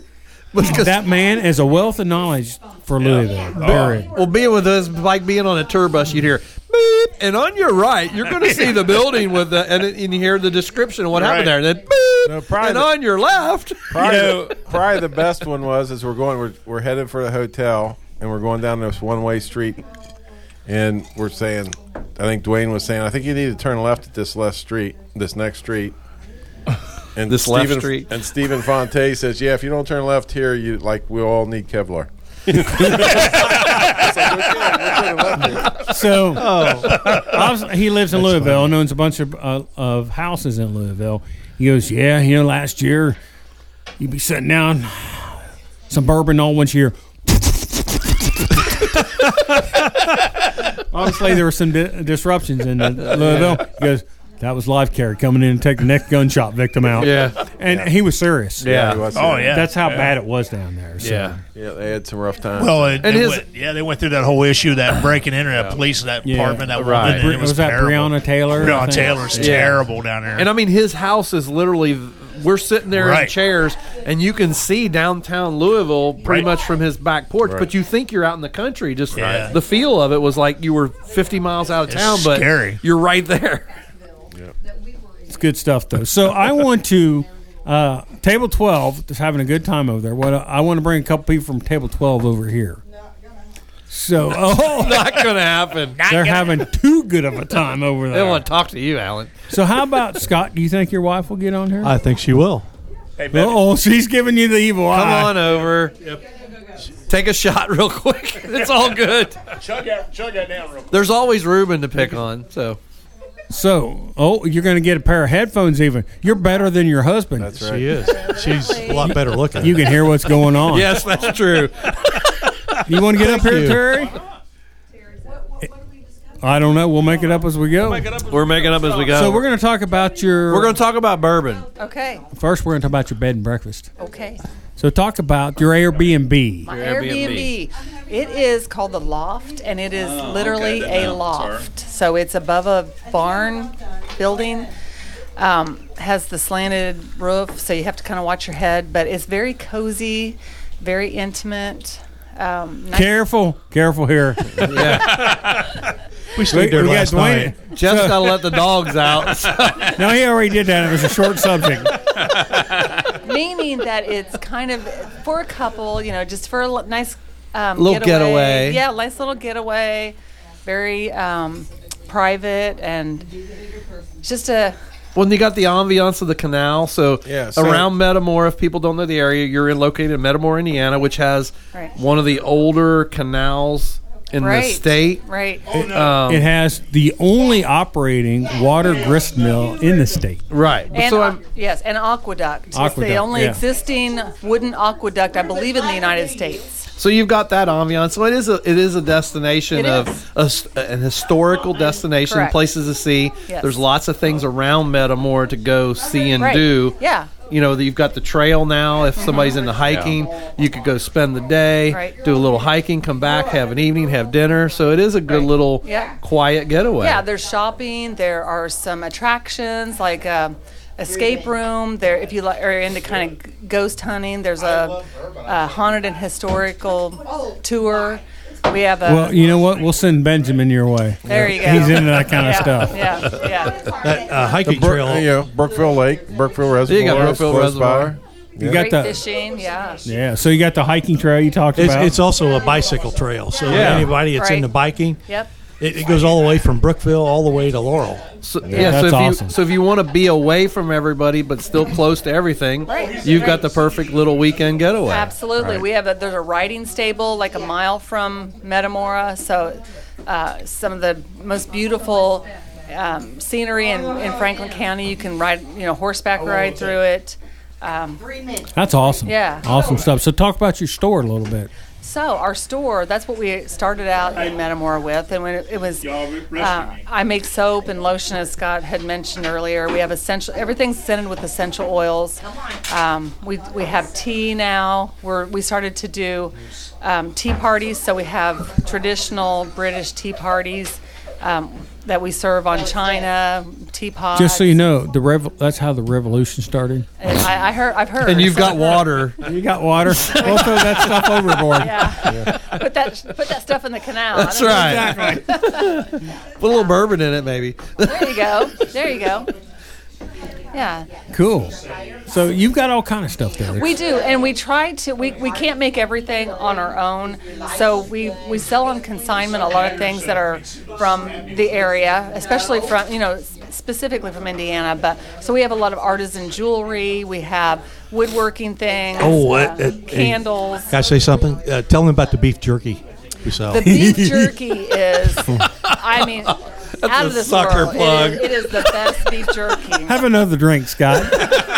Speaker 4: that man is a wealth of knowledge for Louisville. Period.
Speaker 8: Well, being with us, like being on a tour bus, you'd hear beep, and on your right, you're going to see the building with the and, and you hear the description of what happened there.
Speaker 5: Right.
Speaker 8: And then beep,
Speaker 10: No, private.
Speaker 8: and on your left,
Speaker 10: Probably, probably the best one was is we're going we're, we're headed for the hotel and we're going down this one way street and we're saying I think Dwayne was saying I think you need to turn left at this left street this next street and
Speaker 8: This left
Speaker 10: Stephen,
Speaker 8: street.
Speaker 10: and Stephen Fonte says yeah if you don't turn left here you like we all need Kevlar
Speaker 4: So I was- he lives in Louisville and owns a bunch of uh, of houses in Louisville. He goes, yeah, you know, last year you'd be sitting down some bourbon all once year. Honestly, there were some di- disruptions in uh, Louisville. He goes, that was life care coming in and take the next gunshot victim out.
Speaker 8: yeah,
Speaker 4: and he was serious.
Speaker 8: Yeah.
Speaker 10: He was
Speaker 5: Oh
Speaker 10: there.
Speaker 5: yeah.
Speaker 4: that's how bad it was down there. So.
Speaker 8: yeah.
Speaker 10: yeah they had some rough times
Speaker 5: Well, it,
Speaker 8: And
Speaker 5: it
Speaker 8: his-
Speaker 5: went- yeah, they went through that whole issue, that breaking into that police, that
Speaker 4: Yeah.
Speaker 5: apartment, that
Speaker 8: Right.
Speaker 5: woman. and it was,
Speaker 4: was that
Speaker 5: terrible.
Speaker 4: Breonna Taylor? I
Speaker 5: Breonna
Speaker 4: think?
Speaker 5: Taylor's
Speaker 8: Yeah.
Speaker 5: terrible down there.
Speaker 8: And I mean, his house is literally we're sitting there in
Speaker 5: Right.
Speaker 8: chairs, and you can see downtown Louisville pretty
Speaker 5: Right.
Speaker 8: much from his back porch.
Speaker 5: Right.
Speaker 8: But you think you're out in the country. Just
Speaker 5: Yeah.
Speaker 8: the feel of it was like you were 50 miles out of
Speaker 5: It's
Speaker 8: town, but
Speaker 5: scary.
Speaker 8: you're right there.
Speaker 4: It's good stuff, though. So I want to uh, table twelve is having a good time over there. What uh, I want to bring a couple people from table twelve over here. So oh,
Speaker 8: not gonna happen.
Speaker 4: they're having too good of a time over
Speaker 8: They
Speaker 4: there.
Speaker 8: want to talk to you, Alan.
Speaker 4: So how about Scott? Do you think your wife will get on here?
Speaker 6: I think she will.
Speaker 4: oh, she's giving you the evil
Speaker 8: Come
Speaker 4: eye.
Speaker 8: on over. Take a shot real quick. It's all good.
Speaker 5: Chug that, chug that down real quick.
Speaker 8: There's always Ruben to pick on. So
Speaker 4: So oh, you're going to get a pair of headphones. Even you're better than your husband. That's
Speaker 6: She is. She's a lot better looking.
Speaker 4: You can hear what's going on.
Speaker 8: yes, that's true.
Speaker 4: You want to get up
Speaker 6: Thank
Speaker 4: here,
Speaker 6: you.
Speaker 4: Terry? I don't know. We'll make it up as we go.
Speaker 8: We're making up as we go.
Speaker 4: So we're going to talk about your.
Speaker 8: Oh. we're going to talk about bourbon.
Speaker 11: Okay.
Speaker 4: first. We're going to talk about your bed and breakfast.
Speaker 11: Okay.
Speaker 4: So talk about your Airbnb.
Speaker 11: My Airbnb. It is called the Loft, and it is literally
Speaker 9: didn't
Speaker 11: a
Speaker 9: know.
Speaker 11: loft. So it's above a barn building. Um, has the slanted roof, so you have to kind of watch your head. But it's very cozy, very intimate. Um, nice-
Speaker 4: Careful, careful here.
Speaker 6: We stayed there
Speaker 4: we got
Speaker 6: last
Speaker 4: Dwayne.
Speaker 6: night.
Speaker 8: Jeff's got to let the dogs out.
Speaker 4: No, he already did that. It was a short subject.
Speaker 11: meaning that it's kind of for a couple, you know, just for a li- nice um,
Speaker 8: Little getaway.
Speaker 11: Yeah, nice little getaway. Very um, private and just a
Speaker 8: Well, you got the ambiance of the canal. So,
Speaker 10: Yeah, so-
Speaker 8: around Metamore, if people don't know the area, you're in, located in Metamore, Indiana, which has
Speaker 11: Right.
Speaker 8: one of the older canals in
Speaker 11: right
Speaker 8: the state.
Speaker 11: Right.
Speaker 8: Um,
Speaker 4: It has the only operating water grist mill in the state.
Speaker 8: right.
Speaker 11: And
Speaker 8: so,
Speaker 11: au-
Speaker 8: I'm,
Speaker 11: yes, and aqueduct. It's
Speaker 4: Aqueduct,
Speaker 11: the only
Speaker 4: yeah.
Speaker 11: existing wooden aqueduct, I believe, in the United States.
Speaker 8: so you've got that ambiance. So it is a it is a destination
Speaker 11: It
Speaker 8: of
Speaker 11: is.
Speaker 8: a s an historical destination,
Speaker 11: Correct.
Speaker 8: places to see.
Speaker 11: Yes.
Speaker 8: There's lots of things around Metamore to go see and
Speaker 11: right.
Speaker 8: do.
Speaker 11: Yeah.
Speaker 8: you know that you've got the trail now if somebody's into hiking you could go spend the day
Speaker 11: Right.
Speaker 8: do a little hiking come back have an evening have dinner so it is a good little
Speaker 11: Yeah.
Speaker 8: quiet getaway
Speaker 11: Yeah, there's shopping. There are some attractions like um, escape room. There, if you li- are into kind of g- ghost hunting, there's a, a haunted and historical tour. We have a.
Speaker 4: Well, you know what? We'll send Benjamin your way.
Speaker 11: Uh, there you go.
Speaker 4: He's into that kind of
Speaker 11: yeah,
Speaker 4: stuff.
Speaker 11: Yeah, yeah.
Speaker 6: That uh, hiking
Speaker 10: Brook-
Speaker 6: trail.
Speaker 10: you know, Brookville Lake, Brookville Reservoir.
Speaker 8: you got
Speaker 10: is
Speaker 8: Brookville
Speaker 10: close
Speaker 8: Reservoir.
Speaker 10: by.
Speaker 4: You
Speaker 11: Great
Speaker 4: got the
Speaker 11: fishing. Yeah.
Speaker 4: yeah. So you got the hiking trail you talked
Speaker 6: It's,
Speaker 4: about.
Speaker 6: it's also a bicycle trail. So
Speaker 8: Yeah.
Speaker 6: anybody that's
Speaker 11: Right.
Speaker 6: into biking,
Speaker 11: Yep.
Speaker 6: it, it goes all the way from Brookville all the way to Laurel.
Speaker 8: so, yeah, so
Speaker 4: That's
Speaker 8: if
Speaker 4: awesome.
Speaker 8: you so if you want to be away from everybody but still close to everything
Speaker 11: Right.
Speaker 8: you've got the perfect little weekend getaway
Speaker 11: Absolutely. We have a there's a riding stable like a mile from Metamora, so uh, some of the most beautiful um, scenery in, in Franklin County. You can ride, you know, horseback
Speaker 9: Oh,
Speaker 11: ride through it. Um,
Speaker 4: That's awesome.
Speaker 11: Yeah.
Speaker 4: Awesome stuff. So talk about your store a little bit.
Speaker 11: so Oh, our store, that's what we started out in Metamora with, and when it, it was, uh, I make soap and lotion, as Scott had mentioned earlier. We have essential, everything's scented with essential oils. Um, we we have tea now. We're we started to do um, tea parties, so we have traditional British tea parties. Um, that we serve on China teapots.
Speaker 4: Just so you know, the rev- that's how the revolution started.
Speaker 11: And I, I heard. I've heard.
Speaker 8: and you've got water
Speaker 4: You got water. we'll throw that stuff overboard.
Speaker 11: Yeah. Put that put that stuff in the canal.
Speaker 8: that's right put a little bourbon in it maybe
Speaker 11: There you go. There you go. Yeah,
Speaker 4: Cool. So you've got all kind of stuff there.
Speaker 11: we do, and we try to. We, we can't make everything on our own, so we we sell on consignment a lot of things that are from the area, especially from you know s- specifically from Indiana. But so we have a lot of artisan jewelry. We have woodworking things.
Speaker 6: Oh,
Speaker 11: uh,
Speaker 6: uh, uh, hey,
Speaker 11: candles.
Speaker 6: Can I say something? Uh, tell them about the beef jerky we sell.
Speaker 11: The beef jerky is, I mean, out of
Speaker 8: a
Speaker 11: this
Speaker 8: sucker
Speaker 11: world. It is-
Speaker 8: plug.
Speaker 11: it is the best beef jerky.
Speaker 4: Have another drink, Scott.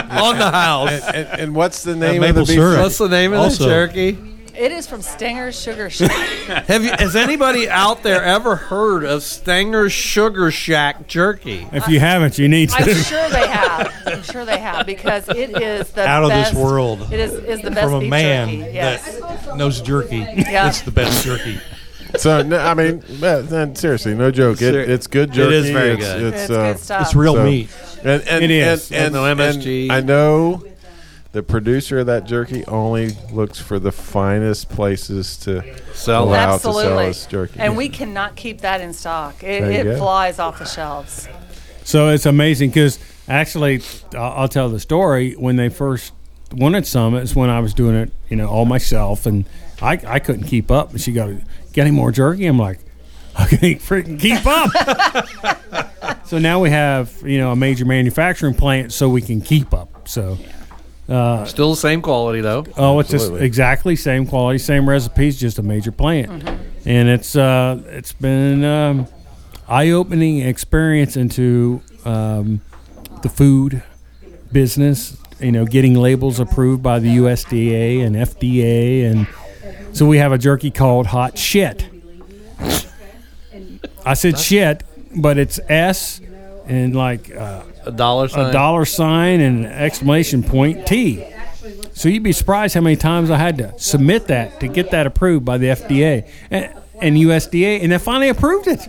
Speaker 8: on the house
Speaker 10: And, and what's the name of the
Speaker 6: maple
Speaker 10: beef?
Speaker 6: syrup.
Speaker 8: what's the name of
Speaker 6: Also-
Speaker 8: the Cherokee
Speaker 11: It is from Stinger Sugar Shack.
Speaker 8: have you has anybody out there ever heard of Stanger's Sugar Shack jerky
Speaker 4: If you haven't, you need
Speaker 11: I'm
Speaker 4: to.
Speaker 11: sure they have. I'm sure they have because it is the
Speaker 6: Out of this
Speaker 11: best-
Speaker 6: world.
Speaker 11: It is, is the best
Speaker 6: From a
Speaker 11: beef
Speaker 6: man
Speaker 11: jerky. Yes.
Speaker 6: that knows jerky. It's the best jerky.
Speaker 10: so no, I mean, man, then seriously, no joke. It,
Speaker 7: Ser-
Speaker 10: it's good
Speaker 7: It
Speaker 10: jerky.
Speaker 7: is very
Speaker 10: it's,
Speaker 7: good.
Speaker 10: It's,
Speaker 7: It's
Speaker 10: uh,
Speaker 7: good stuff. It's real meat.
Speaker 10: And, and,
Speaker 7: It is.
Speaker 10: And, and,
Speaker 7: And the MSG.
Speaker 10: and I know the producer of that jerky only looks for the finest places to
Speaker 7: Sell it.
Speaker 10: allow to sell
Speaker 11: Absolutely.
Speaker 10: his jerky.
Speaker 11: And we cannot keep that in stock. It,
Speaker 4: There you
Speaker 11: it
Speaker 4: go.
Speaker 11: flies off the shelves.
Speaker 4: So it's amazing because actually, I'll I'll tell the story. When they first wanted some, it's when I was doing it, you know, all myself, and I, I couldn't keep up. And she got, "Get any more jerky?" I'm like, "I can't freaking keep up." so now we have, you know, a major manufacturing plant, so we can keep up. So. Uh,
Speaker 8: Still the same quality though.
Speaker 4: Oh, it's just exactly same quality, same recipes, just a major plant, and it's uh, it's been um, eye-opening experience into um, the food business. You know, getting labels approved by the USDA and FDA, and so we have a jerky called Hot Shit. I said shit, but it's S and like uh,
Speaker 8: a dollar
Speaker 4: a
Speaker 8: sign.
Speaker 4: dollar sign and an exclamation point T. So you'd be surprised how many times I had to submit that to get that approved by the FDA and, and USDA, and they finally approved it.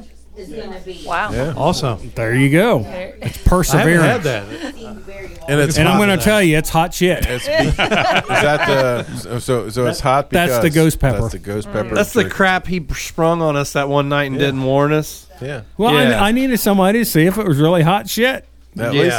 Speaker 11: Wow.
Speaker 4: Awesome. There you go. It's perseverance.
Speaker 6: I haven't had
Speaker 10: that.
Speaker 4: And,
Speaker 10: And it's
Speaker 4: I'm
Speaker 10: hot.
Speaker 4: going to tell you, it's hot shit.
Speaker 10: It's be- is that the so- so so it's hot? Because
Speaker 4: That's the ghost pepper.
Speaker 10: That's the ghost pepper.
Speaker 8: That's the
Speaker 10: jerky.
Speaker 8: crap he sprung on us that one night and didn't warn us.
Speaker 10: Yeah.
Speaker 4: Well, I, I needed somebody to see if it was really hot shit.
Speaker 10: At least,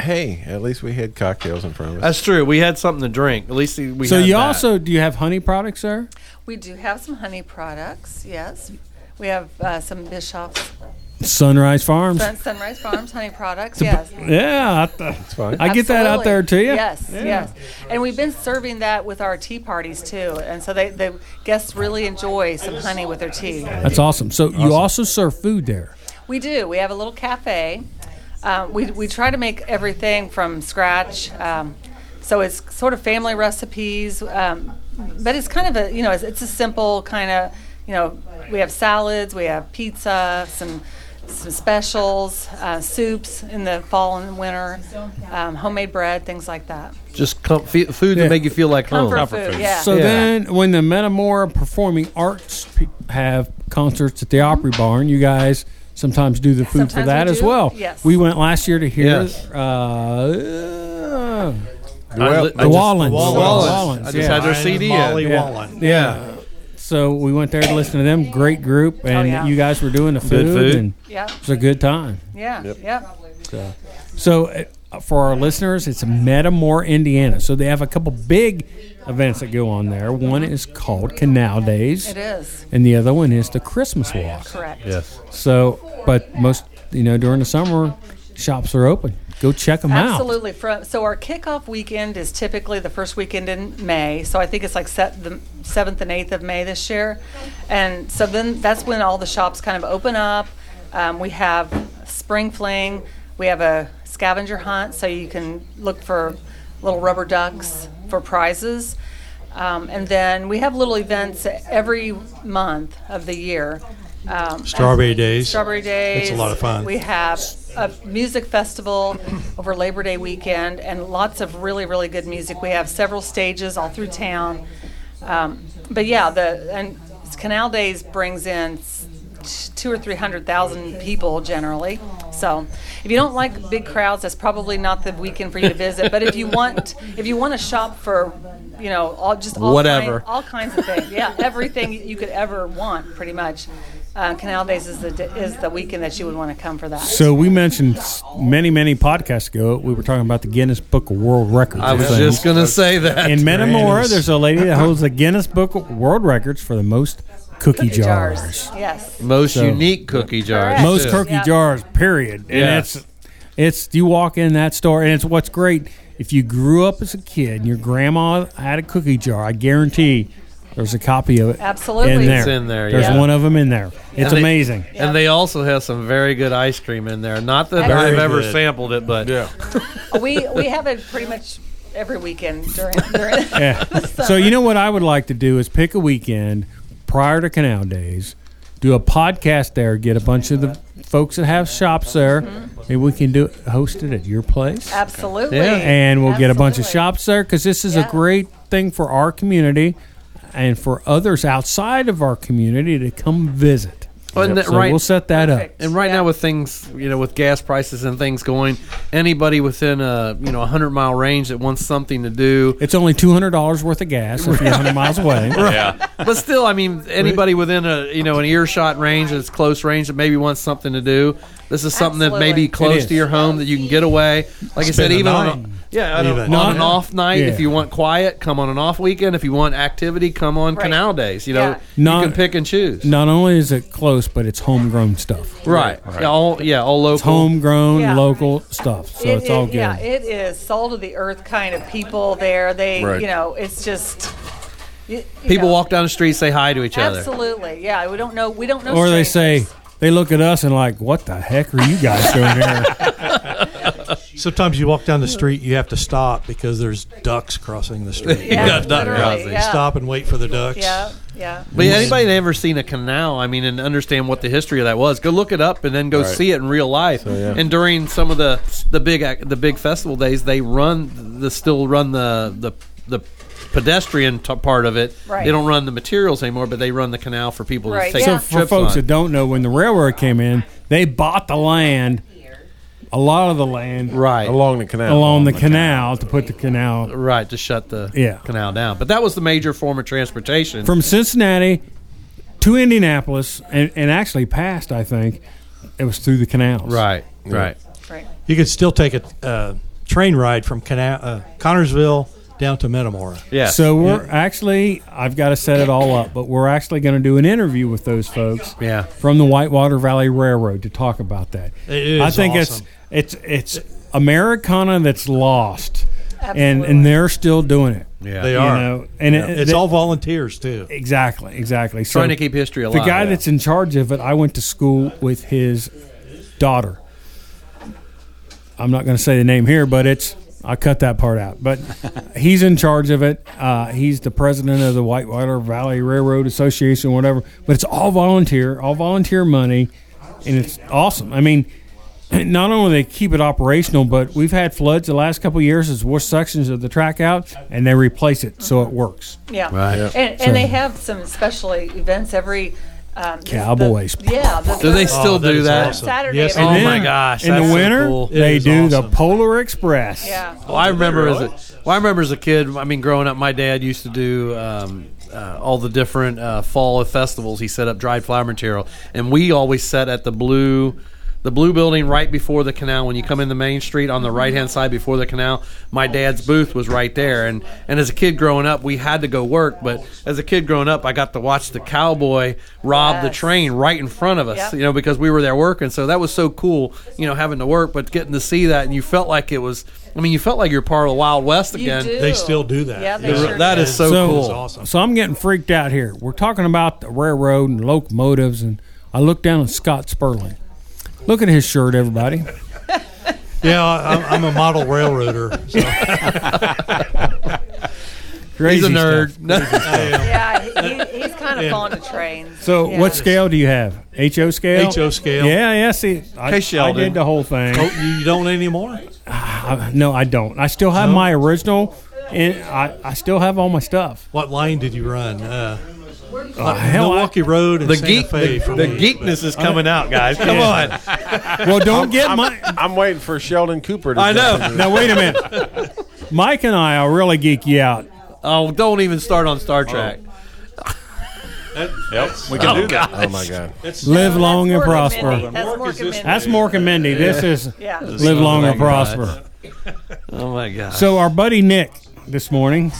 Speaker 10: hey, at least we had cocktails in front of us.
Speaker 8: That's true. We had something to drink. At least we.
Speaker 4: so
Speaker 8: had
Speaker 4: you
Speaker 8: that.
Speaker 4: also do you have honey products, sir?
Speaker 11: We do have some honey products, yes. We have uh, some Bischoff's
Speaker 4: Sunrise Farms.
Speaker 11: Sun- Sunrise Farms honey products, yes.
Speaker 4: Yeah, I, That's
Speaker 10: fine.
Speaker 4: I get that out
Speaker 11: Absolutely.
Speaker 4: there to you.
Speaker 11: Yes,
Speaker 4: Yeah.
Speaker 11: yes. And we've been serving that with our tea parties too. And so they, the guests really enjoy some honey with their tea.
Speaker 4: That's awesome. So you also serve food there.
Speaker 11: We do. We have a little cafe. Um, we, we try to make everything from scratch. Um, so it's sort of family recipes, um, but it's kind of a, you know, it's, it's a simple kind of, you know, we have salads, we have pizza, some, some specials, uh, soups in the fall and winter, um, homemade bread, things like that.
Speaker 8: just com- fe- food
Speaker 4: Yeah.
Speaker 8: that make you feel like home.
Speaker 11: Comfort Comfort food, food. yeah.
Speaker 4: So
Speaker 8: Yeah.
Speaker 4: then, when the Metamora Performing Arts pe- have concerts at the Opry Barn, you guys sometimes do the food for
Speaker 11: Sometimes
Speaker 4: that
Speaker 11: we
Speaker 4: as
Speaker 11: do,
Speaker 4: well.
Speaker 11: yes.
Speaker 4: We went last year to hear
Speaker 8: Yes.
Speaker 4: uh,
Speaker 8: I li-
Speaker 4: the
Speaker 8: I
Speaker 4: Wallens.
Speaker 8: just- the Wallens.
Speaker 4: Wallens,
Speaker 8: I just had their CD in. Molly
Speaker 4: yeah.
Speaker 8: Wallen.
Speaker 4: Yeah. So we went there to listen to them. Great group, and
Speaker 11: Oh, yeah.
Speaker 4: you guys were doing the food.
Speaker 8: Good food.
Speaker 4: And
Speaker 11: Yeah.
Speaker 4: It was a good time.
Speaker 11: Yeah,
Speaker 4: Yep.
Speaker 11: yep.
Speaker 4: So, so uh, for our listeners, it's Metamore, Indiana. So they have a couple big events that go on there. One is called Canal Days.
Speaker 11: It is.
Speaker 4: And the other one is the Christmas Walk.
Speaker 11: Correct.
Speaker 8: Yes.
Speaker 4: So, but most, you know, during the summer, shops are open. Go check them out.
Speaker 11: Absolutely. From so our kickoff weekend is typically the first weekend in May. So I think it's like set the seventh and eighth of May this year, and so then that's when all the shops kind of open up. Um, we have spring fling. We have a scavenger hunt, so you can look for little rubber ducks for prizes. Um, and then we have little events every month of the year. Um,
Speaker 6: Strawberry Days.
Speaker 11: Strawberry Days.
Speaker 6: That's a lot of fun.
Speaker 11: We have a music festival over Labor Day weekend and lots of really, really good music. We have several stages all through town. Um, but yeah, the and Canal Days brings in s- two or three hundred thousand people generally. So if you don't like big crowds, that's probably not the weekend for you to visit. But if you want, if you want to shop for, you know, all just all
Speaker 8: Whatever.
Speaker 11: kind- all kinds of things. Yeah, everything you could ever want, pretty much. Uh, Canal Days is the d- is the weekend that you would want to come for that.
Speaker 4: So we mentioned s- many, many podcasts ago, we were talking about the Guinness Book of World Records.
Speaker 8: I was
Speaker 4: things.
Speaker 8: just gonna say that.
Speaker 4: In Metamora,
Speaker 8: Guinness.
Speaker 4: there's a lady that holds the Guinness Book of World Records for the most cookie, jars.
Speaker 11: Yes.
Speaker 8: Most
Speaker 4: So-
Speaker 8: unique cookie jars.
Speaker 4: Most
Speaker 8: too.
Speaker 4: cookie jars, period. And
Speaker 8: Yeah.
Speaker 4: it's it's you walk in that store and it's what's great if you grew up as a kid and your grandma had a cookie jar, I guarantee there's a copy of it.
Speaker 11: Absolutely.
Speaker 4: in there.
Speaker 11: It's
Speaker 8: in there,
Speaker 4: There's
Speaker 8: yeah.
Speaker 4: one of them in there. It's
Speaker 8: And they-
Speaker 4: amazing.
Speaker 8: And they also have some very good ice cream in there. Not that
Speaker 11: Very
Speaker 8: I've ever
Speaker 4: good.
Speaker 8: sampled it, but yeah.
Speaker 11: we we have it pretty much every weekend during during.
Speaker 4: yeah. So you know what I would like to do is pick a weekend prior to Canal Days, do a podcast there, get a bunch of the folks that have shops there, and we can do host it at your place.
Speaker 11: Absolutely.
Speaker 4: And we'll get a bunch of shops there because this is a great thing for our community. and for others outside of our community to come visit.
Speaker 8: And that-
Speaker 4: so we'll set that up.
Speaker 8: And right now, with things, you know, with gas prices and things going, anybody within a you know a hundred mile range that wants something to do,
Speaker 4: It's only two hundred dollars worth of gas if you're hundred miles away.
Speaker 8: but still, I mean, anybody within a you know an earshot range, that's close range, that maybe wants something to do. This is something that may
Speaker 4: Absolutely.
Speaker 8: be
Speaker 4: It
Speaker 8: close
Speaker 4: is.
Speaker 8: to your home that you can get away. Like I said,
Speaker 4: Spend the
Speaker 8: even
Speaker 4: night.
Speaker 8: on a, yeah, on, a-
Speaker 4: Even.
Speaker 8: on
Speaker 4: Not-
Speaker 8: an off night, if
Speaker 4: Yeah.
Speaker 8: you want quiet, come on an off weekend. If you want activity, come on canal days. You know,
Speaker 4: Not-
Speaker 8: you can pick and choose.
Speaker 4: Not only is it close, but it's homegrown stuff.
Speaker 8: Right. Yeah, all yeah, all local.
Speaker 4: It's homegrown,
Speaker 11: Yeah.
Speaker 4: local stuff. So
Speaker 11: It-
Speaker 4: it's all
Speaker 11: it-
Speaker 4: good.
Speaker 11: Yeah, it is soul to the earth kind of people there. They,
Speaker 8: Right.
Speaker 11: you know, it's just you- you
Speaker 8: People
Speaker 11: know,
Speaker 8: walk down the street, say hi to each other.
Speaker 11: Absolutely, yeah. We don't know. We don't know.
Speaker 4: or they
Speaker 11: strangers.
Speaker 4: say they look at us and like, what the heck are you guys doing here?
Speaker 6: Sometimes you walk down the street, you have to stop because there's ducks crossing the street.
Speaker 11: Yeah, Yeah, duck literally, crossing. yeah.
Speaker 6: Stop and wait for the ducks.
Speaker 11: Yeah, yeah.
Speaker 8: But yeah, anybody that ever seen a canal, I mean, and understand what the history of that was, go look it up and then go
Speaker 6: Right.
Speaker 8: see it in real life.
Speaker 6: yeah.
Speaker 8: And during some of the the big ac- the big festival days, they run the still run the the the pedestrian t- part of it.
Speaker 11: Right.
Speaker 8: They don't run the materials anymore, but they run the canal for people
Speaker 11: Right,
Speaker 8: to take
Speaker 4: so for
Speaker 8: trips
Speaker 4: folks
Speaker 8: on.
Speaker 4: that don't know, when the railroad came in, they bought the land, a lot of the land,
Speaker 8: right
Speaker 10: along the canal,
Speaker 4: along
Speaker 8: Oh
Speaker 4: the canal to put the canal
Speaker 8: right to shut the
Speaker 4: Yeah.
Speaker 8: canal down. But that was the major form of transportation
Speaker 4: from Cincinnati to Indianapolis, and, and actually past, I think, it was through the canals.
Speaker 8: Right,
Speaker 6: Yeah. You could still take a uh, train ride from Cana- uh, Connorsville down to Metamora.
Speaker 4: So we're actually, I've got to set it all up, but we're actually going to do an interview with those folks.
Speaker 8: Yeah.
Speaker 4: From the Whitewater Valley Railroad to talk about that.
Speaker 6: It
Speaker 4: I
Speaker 6: is
Speaker 4: think
Speaker 6: awesome.
Speaker 4: it's it's it's Americana that's lost, and and they're still doing it.
Speaker 6: Yeah. They are.
Speaker 4: and
Speaker 6: Yeah. It's all volunteers too.
Speaker 4: Exactly, exactly.
Speaker 8: Trying to keep history
Speaker 4: The
Speaker 8: alive,
Speaker 4: guy
Speaker 8: yeah.
Speaker 4: that's in charge of it, I went to school with his daughter. I'm not going to say the name here, but it's I cut that part out. But he's in charge of it. Uh, he's the president of the Whitewater Valley Railroad Association, whatever. But it's all volunteer, all volunteer money, and it's awesome. I mean, not only they keep it operational, but we've had floods the last couple of years as worse sections of the track out, and they replace it so it works.
Speaker 11: Yeah.
Speaker 4: Right. Yeah.
Speaker 11: And,
Speaker 4: So-
Speaker 11: and they have some special events every. Um,
Speaker 4: Cowboys.
Speaker 11: The, yeah. The
Speaker 8: Do they still
Speaker 11: third-
Speaker 8: do that?
Speaker 11: Saturday.
Speaker 8: Yes,
Speaker 11: of
Speaker 8: they
Speaker 11: every-
Speaker 8: do. Oh my gosh,
Speaker 4: In
Speaker 8: that's
Speaker 4: the
Speaker 8: so
Speaker 4: winter,
Speaker 8: cool. It
Speaker 4: they
Speaker 8: is
Speaker 4: do the Polar Express.
Speaker 11: Yeah.
Speaker 8: Well, I remember as a, well, I remember as a kid. I mean, growing up, my dad used to do um, uh, all the different uh, fall festivals. He set up dried flower material, and we always sat at the blue. The blue building right before the canal. When you come in the main street on the right hand side before the canal, my dad's booth was right there. And and as a kid growing up, we had to go work. But as a kid growing up, I got to watch the cowboy rob the
Speaker 12: Yes.
Speaker 8: train right in front of us.
Speaker 12: Yep.
Speaker 8: You know, because we were there working. So that was so cool. You know, having to work, but getting to see that, and you felt like it was. I mean, you felt like you're part of the Wild West
Speaker 6: You
Speaker 8: again.
Speaker 6: do. They still do that. Yeah, they
Speaker 8: The-
Speaker 6: sure
Speaker 8: that
Speaker 6: do.
Speaker 8: is so, cool.
Speaker 4: So I'm getting freaked out here. We're talking about the railroad and locomotives, and I look down at Scott Sperling. Look at his shirt, everybody.
Speaker 6: Yeah, I- I'm, I'm a model railroader. So.
Speaker 4: Crazy
Speaker 6: He's a
Speaker 4: stuff.
Speaker 6: nerd.
Speaker 4: Crazy stuff.
Speaker 11: Yeah. He, he- he's kind of falling to trains.
Speaker 4: So,
Speaker 11: yeah.
Speaker 4: what scale do you have? HO scale?
Speaker 6: HO scale.
Speaker 4: Yeah, yeah. See, I,
Speaker 6: Hey,
Speaker 4: I
Speaker 6: Sheldon.
Speaker 4: did the whole thing.
Speaker 6: Oh, you don't anymore?
Speaker 4: I- no, I don't. I still have my original, and I, I still have all my stuff.
Speaker 6: What line did you run? Uh,
Speaker 4: Oh, hell, I-
Speaker 6: Milwaukee Road and
Speaker 4: The
Speaker 6: Santa
Speaker 4: geek-
Speaker 6: Fe
Speaker 4: the-
Speaker 6: for
Speaker 4: the
Speaker 6: me,
Speaker 4: geekness
Speaker 6: but-
Speaker 4: is coming out, guys. Come
Speaker 6: Yeah.
Speaker 4: Well, don't
Speaker 10: I'm,
Speaker 4: get
Speaker 10: I'm,
Speaker 4: my.
Speaker 10: I'm waiting for Sheldon Cooper. to
Speaker 4: I
Speaker 10: jump
Speaker 4: know.
Speaker 10: in.
Speaker 4: Now, wait a minute. Mike and I will really geek you out.
Speaker 8: Oh, don't even start on Star Trek.
Speaker 9: Yep, we can do that.
Speaker 10: Oh my god.
Speaker 4: Live long and
Speaker 10: Mork and
Speaker 4: prosper.
Speaker 10: Mindy. That's Mork is Mork and this-
Speaker 4: That's Mork and Mindy. This
Speaker 10: Yeah.
Speaker 4: is
Speaker 10: Yeah. This is
Speaker 4: live long
Speaker 10: Live
Speaker 4: and
Speaker 10: Long and
Speaker 4: prosper.
Speaker 8: Oh my god.
Speaker 4: So our buddy Nick this morning.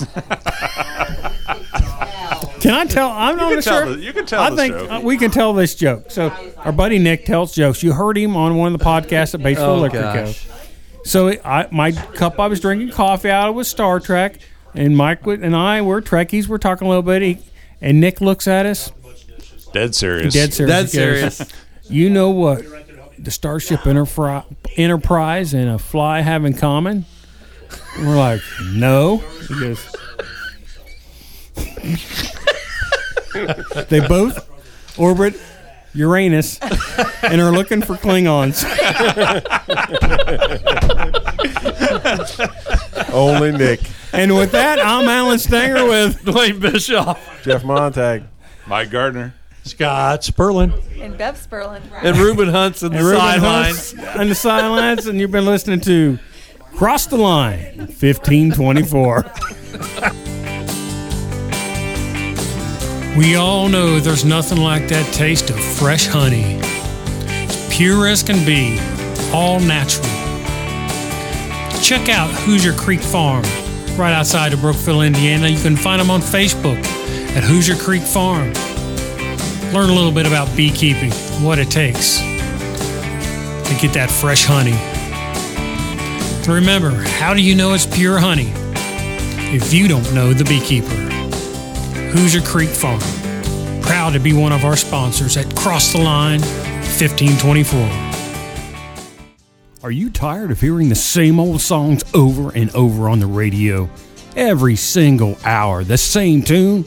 Speaker 4: Can I tell? I'm
Speaker 9: You
Speaker 4: not
Speaker 9: can tell
Speaker 4: sure.
Speaker 9: the- you can tell
Speaker 4: I
Speaker 9: this
Speaker 4: think
Speaker 9: joke.
Speaker 4: uh, we can tell this joke. So our buddy Nick tells jokes. You heard him on one of the podcasts at Baseball
Speaker 8: Oh,
Speaker 4: Liquor Co.
Speaker 8: gosh.
Speaker 4: So I, my cup I was drinking coffee out of was Star Trek, and Mike would- and I were Trekkies. We're talking a little bit, he- and Nick looks at us.
Speaker 9: Dead serious.
Speaker 4: Dead serious. He goes, you know what the Starship Enterpri- Enterprise and a fly have in common? And we're like, no. He goes, they both orbit Uranus and are looking for Klingons.
Speaker 10: Only Nick.
Speaker 13: And with that, I'm Alan Stanger with
Speaker 14: Dwayne Bischoff,
Speaker 10: Jeff Montag,
Speaker 9: Mike Gardner,
Speaker 15: Scott Sperlin.
Speaker 11: And Bev Sperlin.
Speaker 5: And Ruben Hunt's on the
Speaker 13: And Reuben
Speaker 5: sidelines.
Speaker 13: Hunt's on the sidelines, and you've been listening to Cross the Line 1524.
Speaker 4: We all know there's nothing like that taste of fresh honey. It's pure as can be, all natural. Check out Hoosier Creek Farm right outside of Brookville, Indiana. You can find them on Facebook at Hoosier Creek Farm. Learn a little bit about beekeeping, what it takes to get that fresh honey. And remember, how do you know it's pure honey if you don't know the beekeeper? Hoosier Creek Farm. Proud to be one of our sponsors at Cross the Line 1524. Are you tired of hearing the same old songs over and over on the radio? Every single hour, the same tune?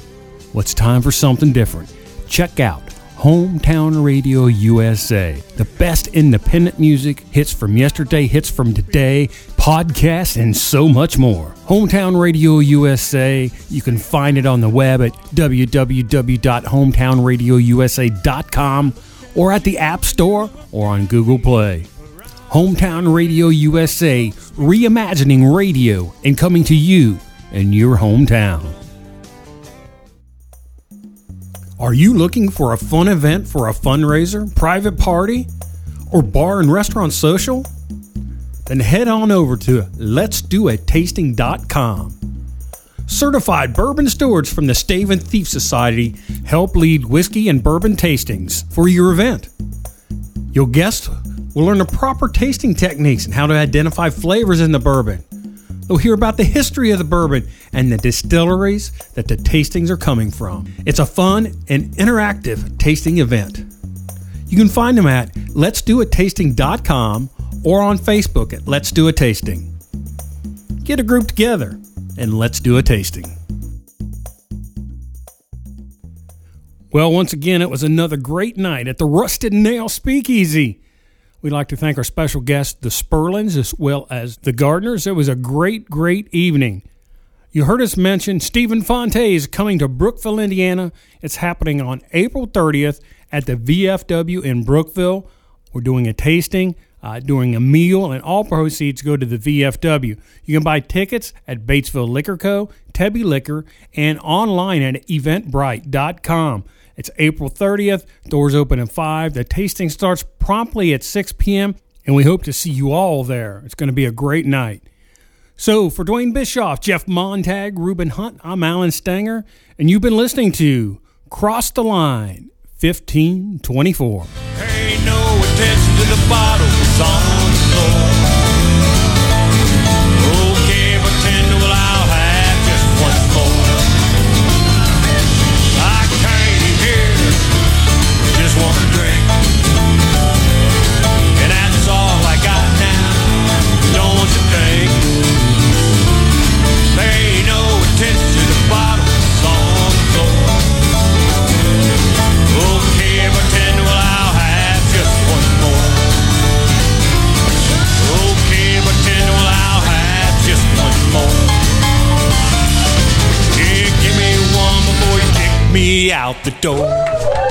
Speaker 4: Well, it's time for something different. Check out Hometown Radio USA, the best independent music, hits from yesterday, hits from today, podcasts, and so much more. Hometown Radio USA, you can find it on the web at www.hometownradiousa.com or at the App Store or on Google Play. Hometown Radio USA, reimagining radio and coming to you in your hometown. Are you looking for a fun event for a fundraiser, private party, or bar and restaurant social? Then head on over to letsdoatasting.com. Certified bourbon stewards from the Stave and Thief Society help lead whiskey and bourbon tastings for your event. Your guests will learn the proper tasting techniques and how to identify flavors in the bourbon. They'll hear about the history of the bourbon and the distilleries that the tastings are coming from. It's a fun and interactive tasting event. You can find them at letsdoatasting.com or on Facebook at Let's Do a Tasting. Get a group together and let's do a tasting. Well, once again, it was another great night at the Rusted Nail Speakeasy. We'd like to thank our special guests, the Spurlins, as well as the Gardeners. It was a great, great evening. You heard us mention Stephen Fonte is coming to Brookville, Indiana. It's happening on April 30th at the VFW in Brookville. We're doing a tasting, uh, doing a meal, and all proceeds go to the VFW. You can buy tickets at Batesville Liquor Co., Tebby Liquor, and online at eventbrite.com. It's April 30th. Doors open at 5. The tasting starts promptly at 6 p.m., and we hope to see you all there. It's going to be a great night. So, for Dwayne Bischoff, Jeff Montag, Ruben Hunt, I'm Alan Stanger, and you've been listening to Cross the Line 1524.
Speaker 3: Pay no attention to the bottles on the floor. Okay, bartender, well, I'll have just one more. I came here with just one drink. And that's all I got now, don't you think? Pay no attention to the bottles on the floor. Okay, pretend, well, I'll have just one more. Okay, pretend, well, I'll have just one more. Yeah, give me one before you kick me out the door.